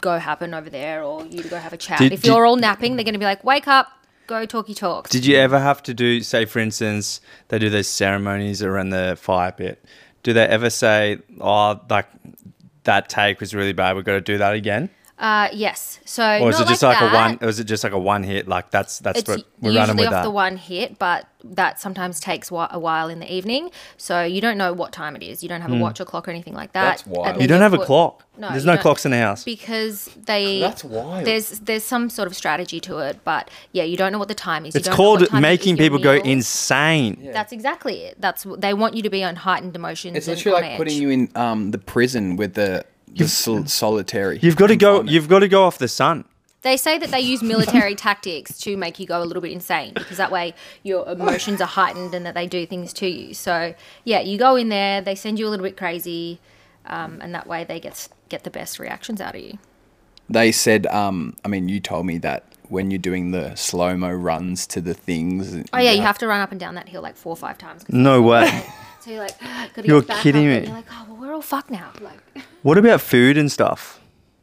S6: go happen over there or you to go have a chat.
S1: Did-
S6: if
S1: did-
S6: you're all napping, they're going to be like, wake up, go talky talks.
S1: Did you ever have to do, say, for instance, they do those ceremonies around the fire pit? Do they ever say, oh, like that take was really bad, we've got to do that again?
S6: uh, yes. So,
S1: Or is
S6: not
S1: it just
S6: like,
S1: like,
S6: that.
S1: a one? Or is it just like a one hit? Like that's that's
S6: It's
S1: what we're
S6: usually
S1: running with
S6: off
S1: that.
S6: the one hit, but that sometimes takes whi- a while in the evening. So you don't know what time it is. You don't
S1: Hmm.
S6: have a watch or clock or anything like that.
S2: That's wild.
S6: And
S1: You don't
S6: then they
S1: have a
S6: put-
S1: clock.
S6: No,
S1: There's
S6: you
S1: no
S6: don't.
S1: clocks in the house.
S6: because they
S2: That's wild.
S6: There's there's some sort of strategy to it, but yeah, you don't know what the time is. You
S1: It's
S6: don't know what
S1: called
S6: time you eat
S1: making
S6: your
S1: people go
S6: meals.
S1: insane.
S6: That's exactly it. That's what- they want you to be on heightened emotions.
S2: it's
S6: and
S2: literally
S6: on
S2: like
S6: edge.
S2: putting you in um, the prison with the, the sol- solitary.
S1: You've got to go.
S2: confinement.
S1: You've got to go off the sun.
S6: They say that they use military tactics to make you go a little bit insane because that way your emotions are heightened and that they do things to you. So yeah, you go in there, they send you a little bit crazy, um, and that way they get s- get the best reactions out of you.
S2: they said, um, I mean, you told me that when you're doing the slow mo runs to the things.
S6: Oh yeah, you have to run up and down that hill like four or five times. 'cause-
S3: No way.
S1: Mm.
S6: So you're like, gotta get
S3: You're
S6: back
S3: kidding
S6: up,
S3: me.
S6: And you're like, oh well, we're all fucked now. Like,
S3: what about food and stuff?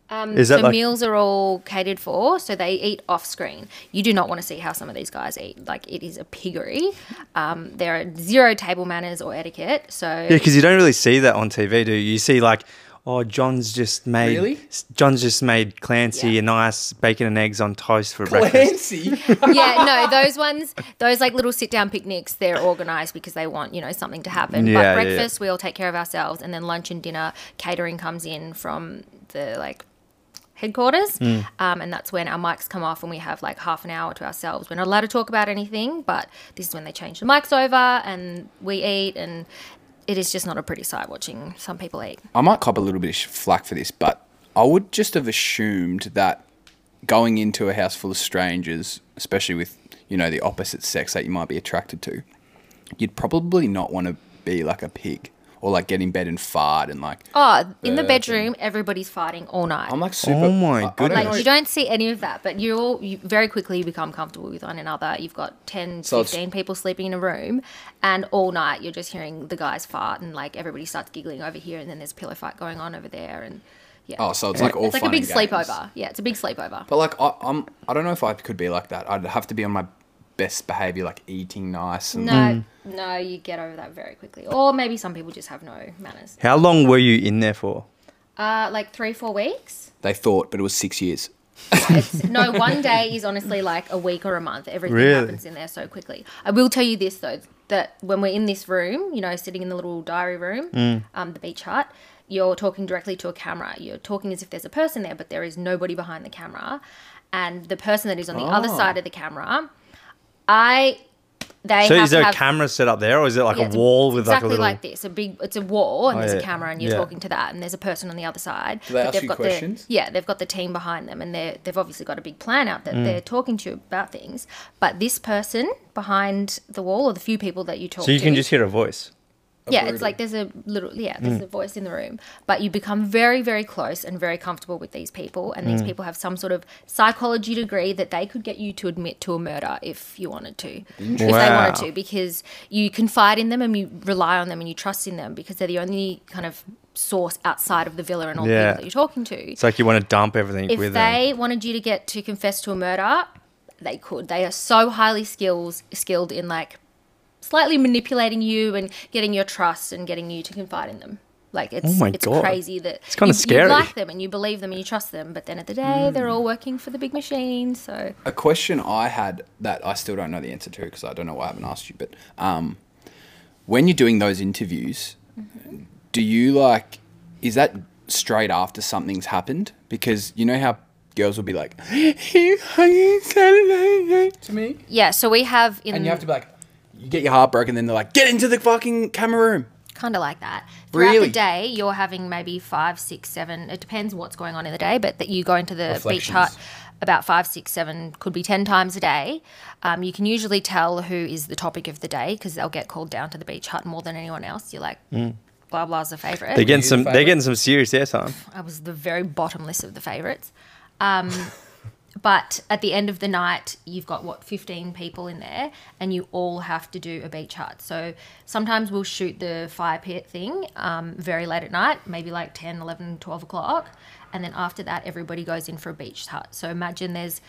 S6: um,
S3: Is that
S6: so
S3: like-
S6: meals are all catered for, so they eat off screen. You do not want to see how some of these guys eat. Like it is a piggery. Um, there are zero table manners or etiquette. So
S1: Yeah, because you don't really see that on TV, do you? You see like, oh, John's just made
S2: Really?
S1: s- John's just made Clancy
S6: Yeah.
S1: a nice bacon and eggs on toast for breakfast.
S2: Clancy.
S6: yeah, no, those ones, those like little sit down picnics, they're organized because they want, you know, something to happen.
S1: Yeah, yeah,
S6: but
S1: yeah.
S6: breakfast, we all take care of ourselves. And then lunch and dinner, catering comes in from the like headquarters.
S1: Hmm.
S6: Um, and that's when our mics come off and we have like half an hour to ourselves. We're not allowed to talk about anything, but this is when they change the mics over and we eat. And it is just not a pretty sight watching some people eat.
S2: I might cop a little bit of sh- flack for this, but I would just have assumed that going into a house full of strangers, especially with you know the opposite sex that you might be attracted to, you'd probably not want to be like a pig or like get in bed and fart and like.
S6: Oh, in the
S2: Burping.
S6: bedroom, everybody's fighting all night.
S2: I'm like super.
S1: Oh my
S2: I- I don't
S1: goodness.
S2: know.
S6: Like you don't see any of that, but you're all you very quickly become comfortable with one another. You've got 10,
S2: So it's-
S6: 15 people sleeping in a room, and all night you're just hearing the guys fart, and like everybody starts giggling over here, and then there's a pillow fight going on over there, and yeah.
S2: Oh, so it's like all
S6: it's like a
S2: fun
S6: big
S2: and games.
S6: sleepover. Yeah, it's a big sleepover.
S2: But like I, I'm, I don't know if I could be like that. I'd have to be on my best behavior, like eating nice and
S6: No, no, you get over that very quickly. Or maybe some people just have no manners.
S1: How long were you in there for?
S6: Uh, like three, four weeks.
S2: they thought, but it was six years.
S6: It's, no, one day is honestly like a week or a month. Everything
S1: Really?
S6: happens in there so quickly. I will tell you this though, that when we're in this room, you know, sitting in the little diary room,
S1: Mm.
S6: um, the beach hut, you're talking directly to a camera. You're talking as if there's a person there, but there is nobody behind the camera. And the person that is on the other
S1: Oh.
S6: side of the camera, I, they
S1: So
S6: have
S1: is there
S6: to
S1: a
S6: have,
S1: camera set up there, or is it like
S6: yeah,
S1: a
S6: it's
S1: wall
S6: it's
S1: with like a
S6: exactly
S1: little? Oh,
S6: like this. A big, it's a wall, and there's
S1: yeah,
S6: a camera, and you're
S1: yeah.
S6: talking to that, and there's a person on the other side.
S2: Do they ask
S6: they've
S2: you
S6: got
S2: questions?
S6: The, yeah, they've got the team behind them, and they they've obviously got a big plan out
S1: Hmm.
S6: that they're talking to you about things. But this person behind the wall, or the few people that you talk
S1: so you
S6: to,
S1: can just hear a voice.
S6: yeah, it's like there's a little yeah,
S1: Mm.
S6: there's a voice in the room, but you become very very close and very comfortable with these people, and
S1: Hmm. Mm.
S6: these people have some sort of psychology degree that they could get you to admit to a murder if you wanted to, if they
S1: Wow.
S6: wanted to, because you confide in them and you rely on them and you trust in them because they're the only kind of source outside of the villa and all
S1: Yeah.
S6: the people that you're talking to.
S1: It's like you want to dump everything
S6: if
S1: with uh, them.
S6: they wanted you to get to confess to a murder, they could. They are so highly skills skilled in like slightly manipulating you and getting your trust and getting you to confide in them. Like it's
S1: Oh my
S6: it's
S1: God.
S6: crazy that
S1: It's kinda
S6: you,
S1: scary. Hmm.
S6: You like them and you believe them and you trust them, but then at the day they're all working for the big machine. So
S2: A question I had that I still don't know the answer to because I don't know why I haven't asked you, but um, when you're doing those interviews,
S6: Mm-hmm.
S2: do you like, is that straight after something's happened? Because you know how girls will be like, he hung Saturday night to me?
S6: yeah, so we have in
S2: And you have to be like, you get your heart broken, then they're like, get into the fucking camera room.
S6: kind of like that. Throughout
S2: Really?
S6: the day, you're having maybe five, six, seven. It depends what's going on in the day, but that you go into the beach hut about five, six, seven, could be ten times a day. Um, you can usually tell who is the topic of the day because they'll get called down to the beach hut more than anyone else. You're like, blah blah's the favorite.
S1: They're getting
S2: the
S1: some. They're
S2: favourite?
S1: getting some serious airtime.
S6: I was the very bottom list of the favorites. Um, but at the end of the night, you've got what 15 people in there, and you all have to do a beach hut. So sometimes we'll shoot the fire pit thing um, very late at night, maybe like 10, 11, 12 o'clock. And then after that, everybody goes in for a beach hut. So imagine there's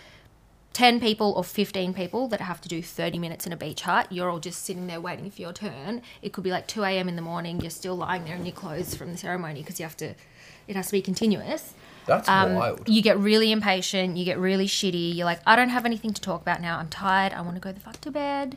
S6: 10 people or 15 people that have to do 30 minutes in a beach hut. You're all just sitting there waiting for your turn. It could be like 2 a.m. in the morning. You're still lying there in your clothes from the ceremony because you have to, it has to be continuous.
S2: That's
S6: You get really impatient. You get really shitty. You're like, I don't have anything to talk about now. I'm tired. I want to go the fuck to bed.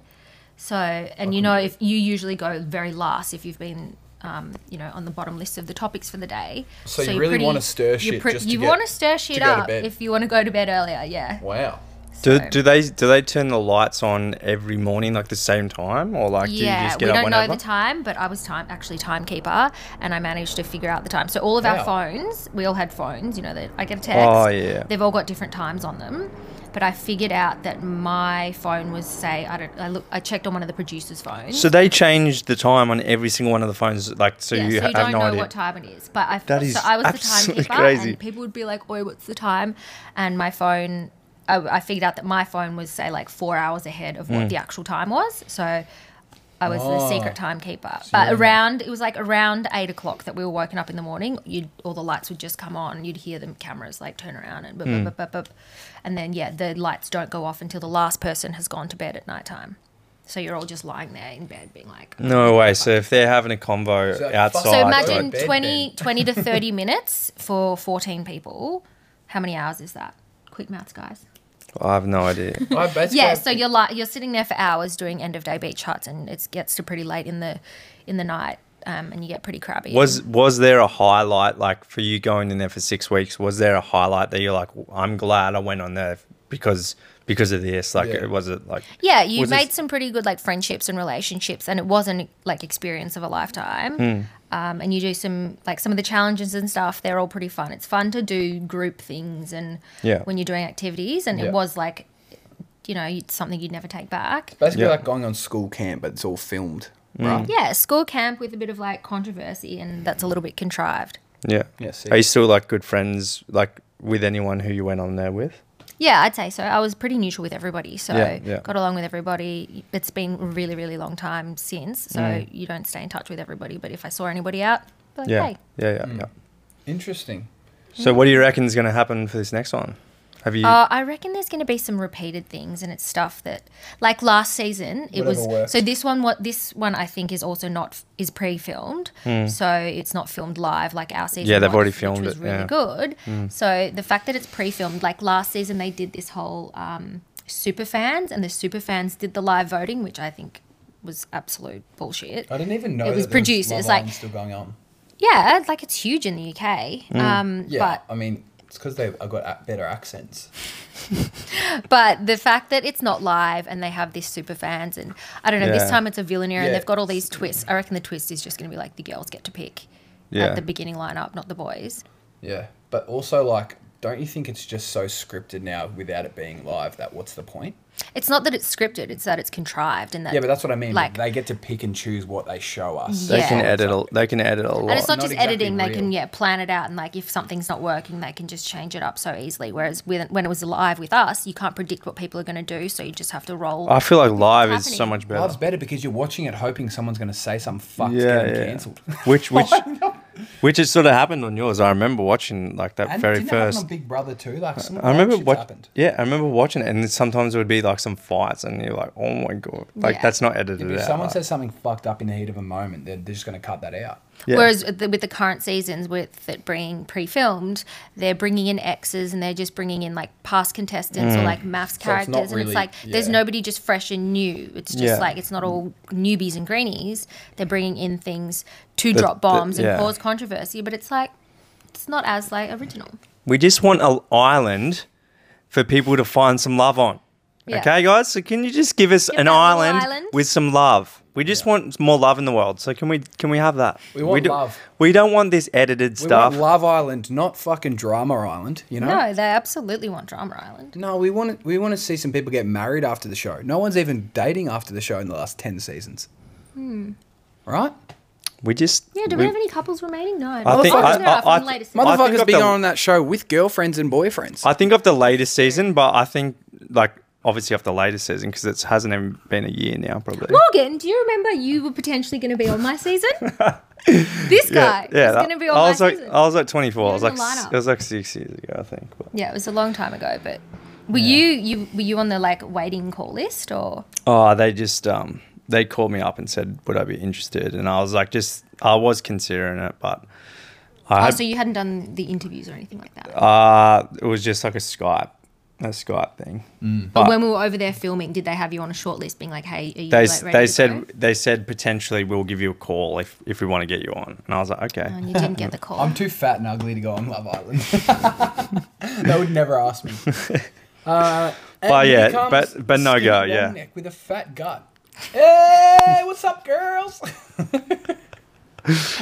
S6: So, and you know, if you usually go very last if you've been, um, you know, on the bottom list of the topics for the day.
S2: So you really wanna stir shit just to
S6: you
S2: get-
S6: want to stir shit
S2: go to
S6: up
S2: bed.
S6: if you want to go to bed earlier. Yeah.
S2: Wow.
S1: Do,
S6: So-
S1: do they do they turn the lights on every morning like the same time, or like do
S6: yeah,
S1: you just
S6: we
S1: get
S6: don't
S1: up whenever?
S6: know the time, but I was time actually timekeeper, and I managed to figure out the time. So all of our
S2: Wow.
S6: phones, we all had phones. You know, that I get a text.
S1: Oh, yeah.
S6: They've all got different times on them, But I figured out that my phone was say I don't I look I checked on one of the producers' phones.
S1: So they changed the time on every single one of the phones, like so
S6: yeah,
S1: you
S6: so you
S1: have
S6: don't
S1: no
S6: know
S1: idea.
S6: what time it is. But I
S1: That
S6: so
S1: is
S6: I was the
S1: absolutely
S6: timekeeper,
S1: crazy.
S6: and people would be like, "Oi, what's the time?" And my phone, I, I figured out that my phone was say like four hours ahead of
S1: Mm.
S6: what the actual time was. So I was the
S1: Oh.
S6: secret timekeeper. But around it was like around eight o'clock that we were woken up in the morning. You'd all the lights would just come on. You'd hear the cameras like turn around and boop,
S1: Mm.
S6: boop, boop, boop, boop. and then yeah, the lights don't go off until the last person has gone to bed at night time. So you're all just lying there in bed, being like,
S1: No way. So if they're having a convo
S2: So-
S1: outside,
S2: Oh,
S6: so
S2: I
S6: imagine
S2: thought bed
S6: 20, 20 to 30 minutes for 14 people. How many hours is that? Quick maths, guys.
S1: like, I have no idea.
S2: I basically
S6: Yeah, so you're like you're sitting there for hours doing end of day beach huts and it gets to pretty late in the in the night um, and you get pretty crabby.
S1: Was was there a highlight like for you going in there for six weeks? Was there a highlight that you're like, I'm glad I went on there because because of this? Like,
S2: Yeah.
S1: it was it like
S6: yeah, you
S1: was
S6: made
S1: this-
S6: some pretty good like friendships and relationships and it wasn't like experience of a lifetime.
S1: Hmm.
S6: Um, and you do some like some of the challenges and stuff. They're all pretty fun. It's fun to do group things and
S1: Yeah.
S6: when you're doing activities. And
S2: Yeah.
S6: it was like, you know, it's something you'd never take back.
S2: basically
S1: Yeah. Mm.
S2: like going on school camp, but it's all filmed. Right.
S6: Yeah, school camp with a bit of like controversy, and that's a little bit contrived.
S1: yeah?
S2: Yeah, sick.
S1: Are you still like good friends like with anyone who you went on there with?
S6: Yeah, I'd say so. I was pretty neutral with everybody, so
S1: Yeah, yeah.
S6: got along with everybody. It's been a really, really long time since, so you don't stay in touch with everybody. But if I saw anybody out, I'd
S1: Mm.
S6: be like,
S1: Yeah,
S6: hey,
S1: yeah, yeah,
S2: Mm.
S1: yeah.
S2: Interesting.
S1: So what do you reckon is going to happen for this next one? Have you?
S6: Uh, I reckon there's going to be some repeated things, and it's stuff that, like last season, it
S2: Whatever
S6: was.
S2: works.
S6: So this one, what this one, I think is also not is pre-filmed,
S1: Hmm.
S6: so it's not filmed live like our season.
S1: Yeah, they've
S6: was,
S1: already
S6: which
S1: filmed
S6: was
S1: it,
S6: Really
S1: yeah. Mm.
S6: good. So the fact that it's pre-filmed, like last season, they did this whole um, super fans, and the super fans did the live voting, which I think was absolute bullshit.
S2: I didn't even know
S6: It was
S2: that there
S6: produced,
S2: Love
S6: it's like-
S2: Island still going on.
S6: Yeah, like it's huge in the UK.
S1: Mm.
S6: Um,
S2: Yeah,
S6: But
S2: I mean, it's because they've I got a- better accents.
S6: But the fact that it's not live and they have this super fans and I don't know,
S1: Yeah.
S6: this time it's a villainer
S2: Yeah.
S6: and they've got all these twists. I reckon the twist is just going to be like the girls get to pick
S1: Yeah.
S6: at the beginning lineup, not the boys.
S2: Yeah, but also like, don't you think it's just so scripted now without it being live? That what's the point?
S6: It's not that it's scripted; it's that it's contrived and that.
S2: Yeah, but that's what I mean.
S6: Like-
S2: they get to pick and choose what they show us.
S1: they
S6: Yeah.
S1: can edit. A, they can edit a
S6: and
S1: lot.
S2: Oh,
S6: it's not,
S2: Not
S6: just
S2: exactly
S6: editing; they can
S2: real.
S6: yeah plan it out and like if something's not working, they can just change it up so easily. Whereas with, when it was live with us, you can't predict what people are going to do, so you just have to
S2: Oh,
S6: roll.
S1: I feel like live is
S6: happening.
S1: so much better.
S2: Love's better because you're watching it hoping someone's going to say something fucked
S1: yeah,
S2: getting
S1: yeah.
S2: cancelled.
S1: Which which which has sort of happened on yours. I remember watching like that
S2: And
S1: very
S2: didn't that happen
S1: first.
S2: on Big Brother too. Like some
S1: I remember
S2: what
S1: what
S2: happened.
S1: yeah, I remember watching it, and then sometimes it would be like some fights, and you're like, oh my god, like
S6: Yeah.
S1: that's not edited
S2: If
S1: out.
S2: someone
S1: like-
S2: says something fucked up in the heat of a moment, they're, they're just going to cut that out.
S1: Yeah.
S6: Whereas with the, with the current seasons, with it being pre-filmed, they're bringing in exes and they're just bringing in like past contestants or like maths
S2: Mm. So it's
S6: characters,
S2: not
S6: and
S2: really-
S6: it's like there's
S2: yeah.
S6: nobody just fresh and new. It's just
S1: Yeah.
S6: like it's not all newbies and greenies. They're bringing in things to
S1: That-
S6: drop bombs
S1: that- yeah.
S6: and cause controversy, but it's like it's not as like original.
S1: we just want an island for people to find some love on.
S6: Yeah.
S1: Okay, guys, so can you just give us
S6: Give
S1: an
S6: that little
S1: island,
S6: island.
S1: with some love? We just want more love in the world. So can we can we have that?
S2: We want
S1: do,
S2: love.
S1: We don't want this edited
S2: We
S1: stuff.
S2: want Love Island, not fucking Drama Island. You know.
S6: No, they absolutely want Drama Island.
S2: No, we want to, we want to see some people get married after the show. No one's even dating after the show in the last ten seasons. Right?
S1: We just
S6: Yeah, do we, have any couples remaining? No.
S1: I think
S6: Oh,
S1: I,
S6: they're
S1: I-
S6: out from
S1: I-
S6: the latest
S1: I think
S2: Motherfuckers
S1: of
S2: be
S1: the-
S2: on that show with girlfriends and boyfriends.
S1: I think of the latest season, but I think like obviously of the latest season because it hasn't even been a year now, probably.
S6: Morgan, do you remember you were potentially going to be on my season? this guy is
S1: that-
S6: going to be on
S1: I
S6: my
S1: was like, oh.
S6: season.
S1: I was like 24. I was like,
S6: You're in the
S1: s-
S6: lineup.
S1: it was like six years ago, I think. But.
S6: yeah, it was a long time ago, but were you you were you on the like waiting call list or?
S1: Oh, they just um, they called me up and said, would I be interested? And I was like, just I was considering it, but I
S6: Oh,
S1: had,
S6: so you hadn't done the interviews or anything like that.
S1: uh, it was just like a Skype, a Skype thing.
S6: but when we were over there filming, did they have you on a short list, being like, "Hey, are you
S1: They
S6: like, ready
S1: they
S6: to
S1: said
S6: go?
S1: they said potentially we'll give you a call if if we want to get you on. And I was like, okay.
S6: and you didn't get the call.
S2: I'm too fat and ugly to go on Love Island. they would never ask me. Uh, and
S1: But
S2: he
S1: yeah,
S2: becomes
S1: but- but no
S2: skinny
S1: go, yeah.
S2: redneck With a fat gut. Hey, what's up, girls?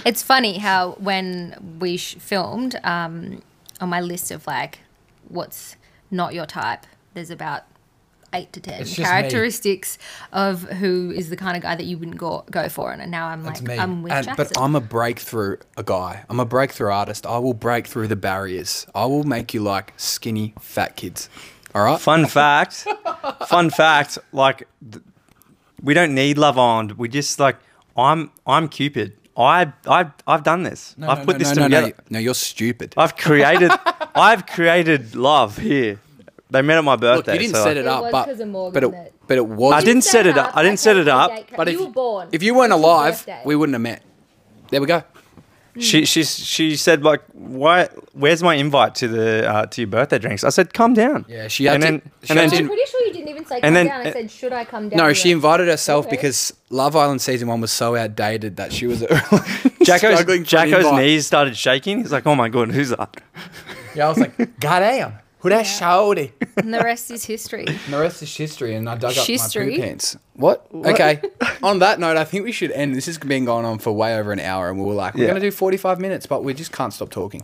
S6: It's funny how when we sh- filmed um, on my list of like what's not your type, there's about eight to ten
S7: It's just me.
S6: characteristics of who is the kind of guy that you wouldn't go, go for. And now I'm like,
S7: That's me.
S6: I'm with
S2: And,
S6: Jackson.
S2: but I'm a breakthrough a guy. I'm a breakthrough artist. I will break through the barriers. I will make you like skinny fat kids. All right.
S1: Fun fact, fun fact. Like, th- we don't need Love Island. We just like I'm I'm Cupid. I I I've done this. I've
S2: No,
S1: put
S2: no,
S1: this
S2: no, no,
S1: together.
S2: No, no, you're stupid.
S1: I've created I've created love here. They met at my
S2: Look,
S1: birthday.
S2: you didn't
S1: so
S2: set
S1: like-
S2: it
S6: It
S2: up,
S6: was
S2: but
S6: 'cause of Morgan
S2: but
S6: that-
S2: it, but it was.
S1: I didn't set it up. I didn't set it up.
S6: But
S2: But
S6: you
S2: if-
S6: were born.
S2: If you weren't
S6: This is your
S2: alive,
S6: birthday.
S2: we wouldn't have met. There we go.
S1: She she she said like, "Why? Where's my invite to the uh, to your birthday drinks?" I said, "Come down."
S2: Yeah, she had
S1: and
S2: to-
S1: then, and
S2: she
S1: then
S2: had to-
S6: I'm
S1: didn't-
S6: pretty sure you didn't even say come
S1: And then-
S6: down. I said, should I come down?
S2: No,
S6: You're
S2: she
S6: like,
S2: invited herself
S6: Okay.
S2: because Love Island season one was so outdated that she was struggling.
S1: Jacko's,
S2: for an
S1: Jacko's
S2: invite.
S1: knees started shaking. He's like, "Oh my god, who's that?"
S7: Yeah, I was like, God damn, who that shawty?
S6: And the rest is history.
S7: And the rest is history. And I dug
S6: History.
S7: up my poo pants.
S2: What? Okay. on that note, I think we should end. This has been going on for way over an hour, and we were like, we're
S1: Yeah.
S2: going to do 45 minutes, but we just can't stop talking.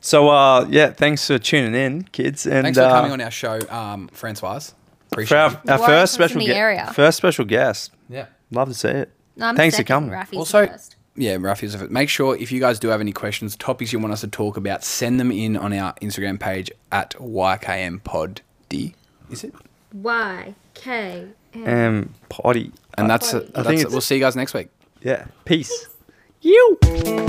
S1: So uh, yeah, thanks for tuning in, kids, and
S2: Thanks for
S1: uh,
S2: coming on our show, um, Francoise.
S1: for
S2: Appreciate it.
S1: our, our
S6: Warren
S1: first
S6: comes from
S1: special
S6: the
S1: gue-
S6: area.
S1: first special guest.
S7: Yeah.
S1: Love to see it.
S6: No, I'm
S1: thanks for
S6: second.
S1: coming.
S6: Rafi's
S2: Also,
S6: first.
S2: yeah, Rafi's of it. Make sure if you guys do have any questions, topics you want us to talk about, send them in on our Instagram page at YKM Pod D. Is it?
S6: Y K M.
S1: Um, potty.
S2: And that's,
S1: I
S2: it. that's
S1: think
S2: it.
S1: it's-
S2: We'll see you guys next week.
S1: Yeah. Peace. You.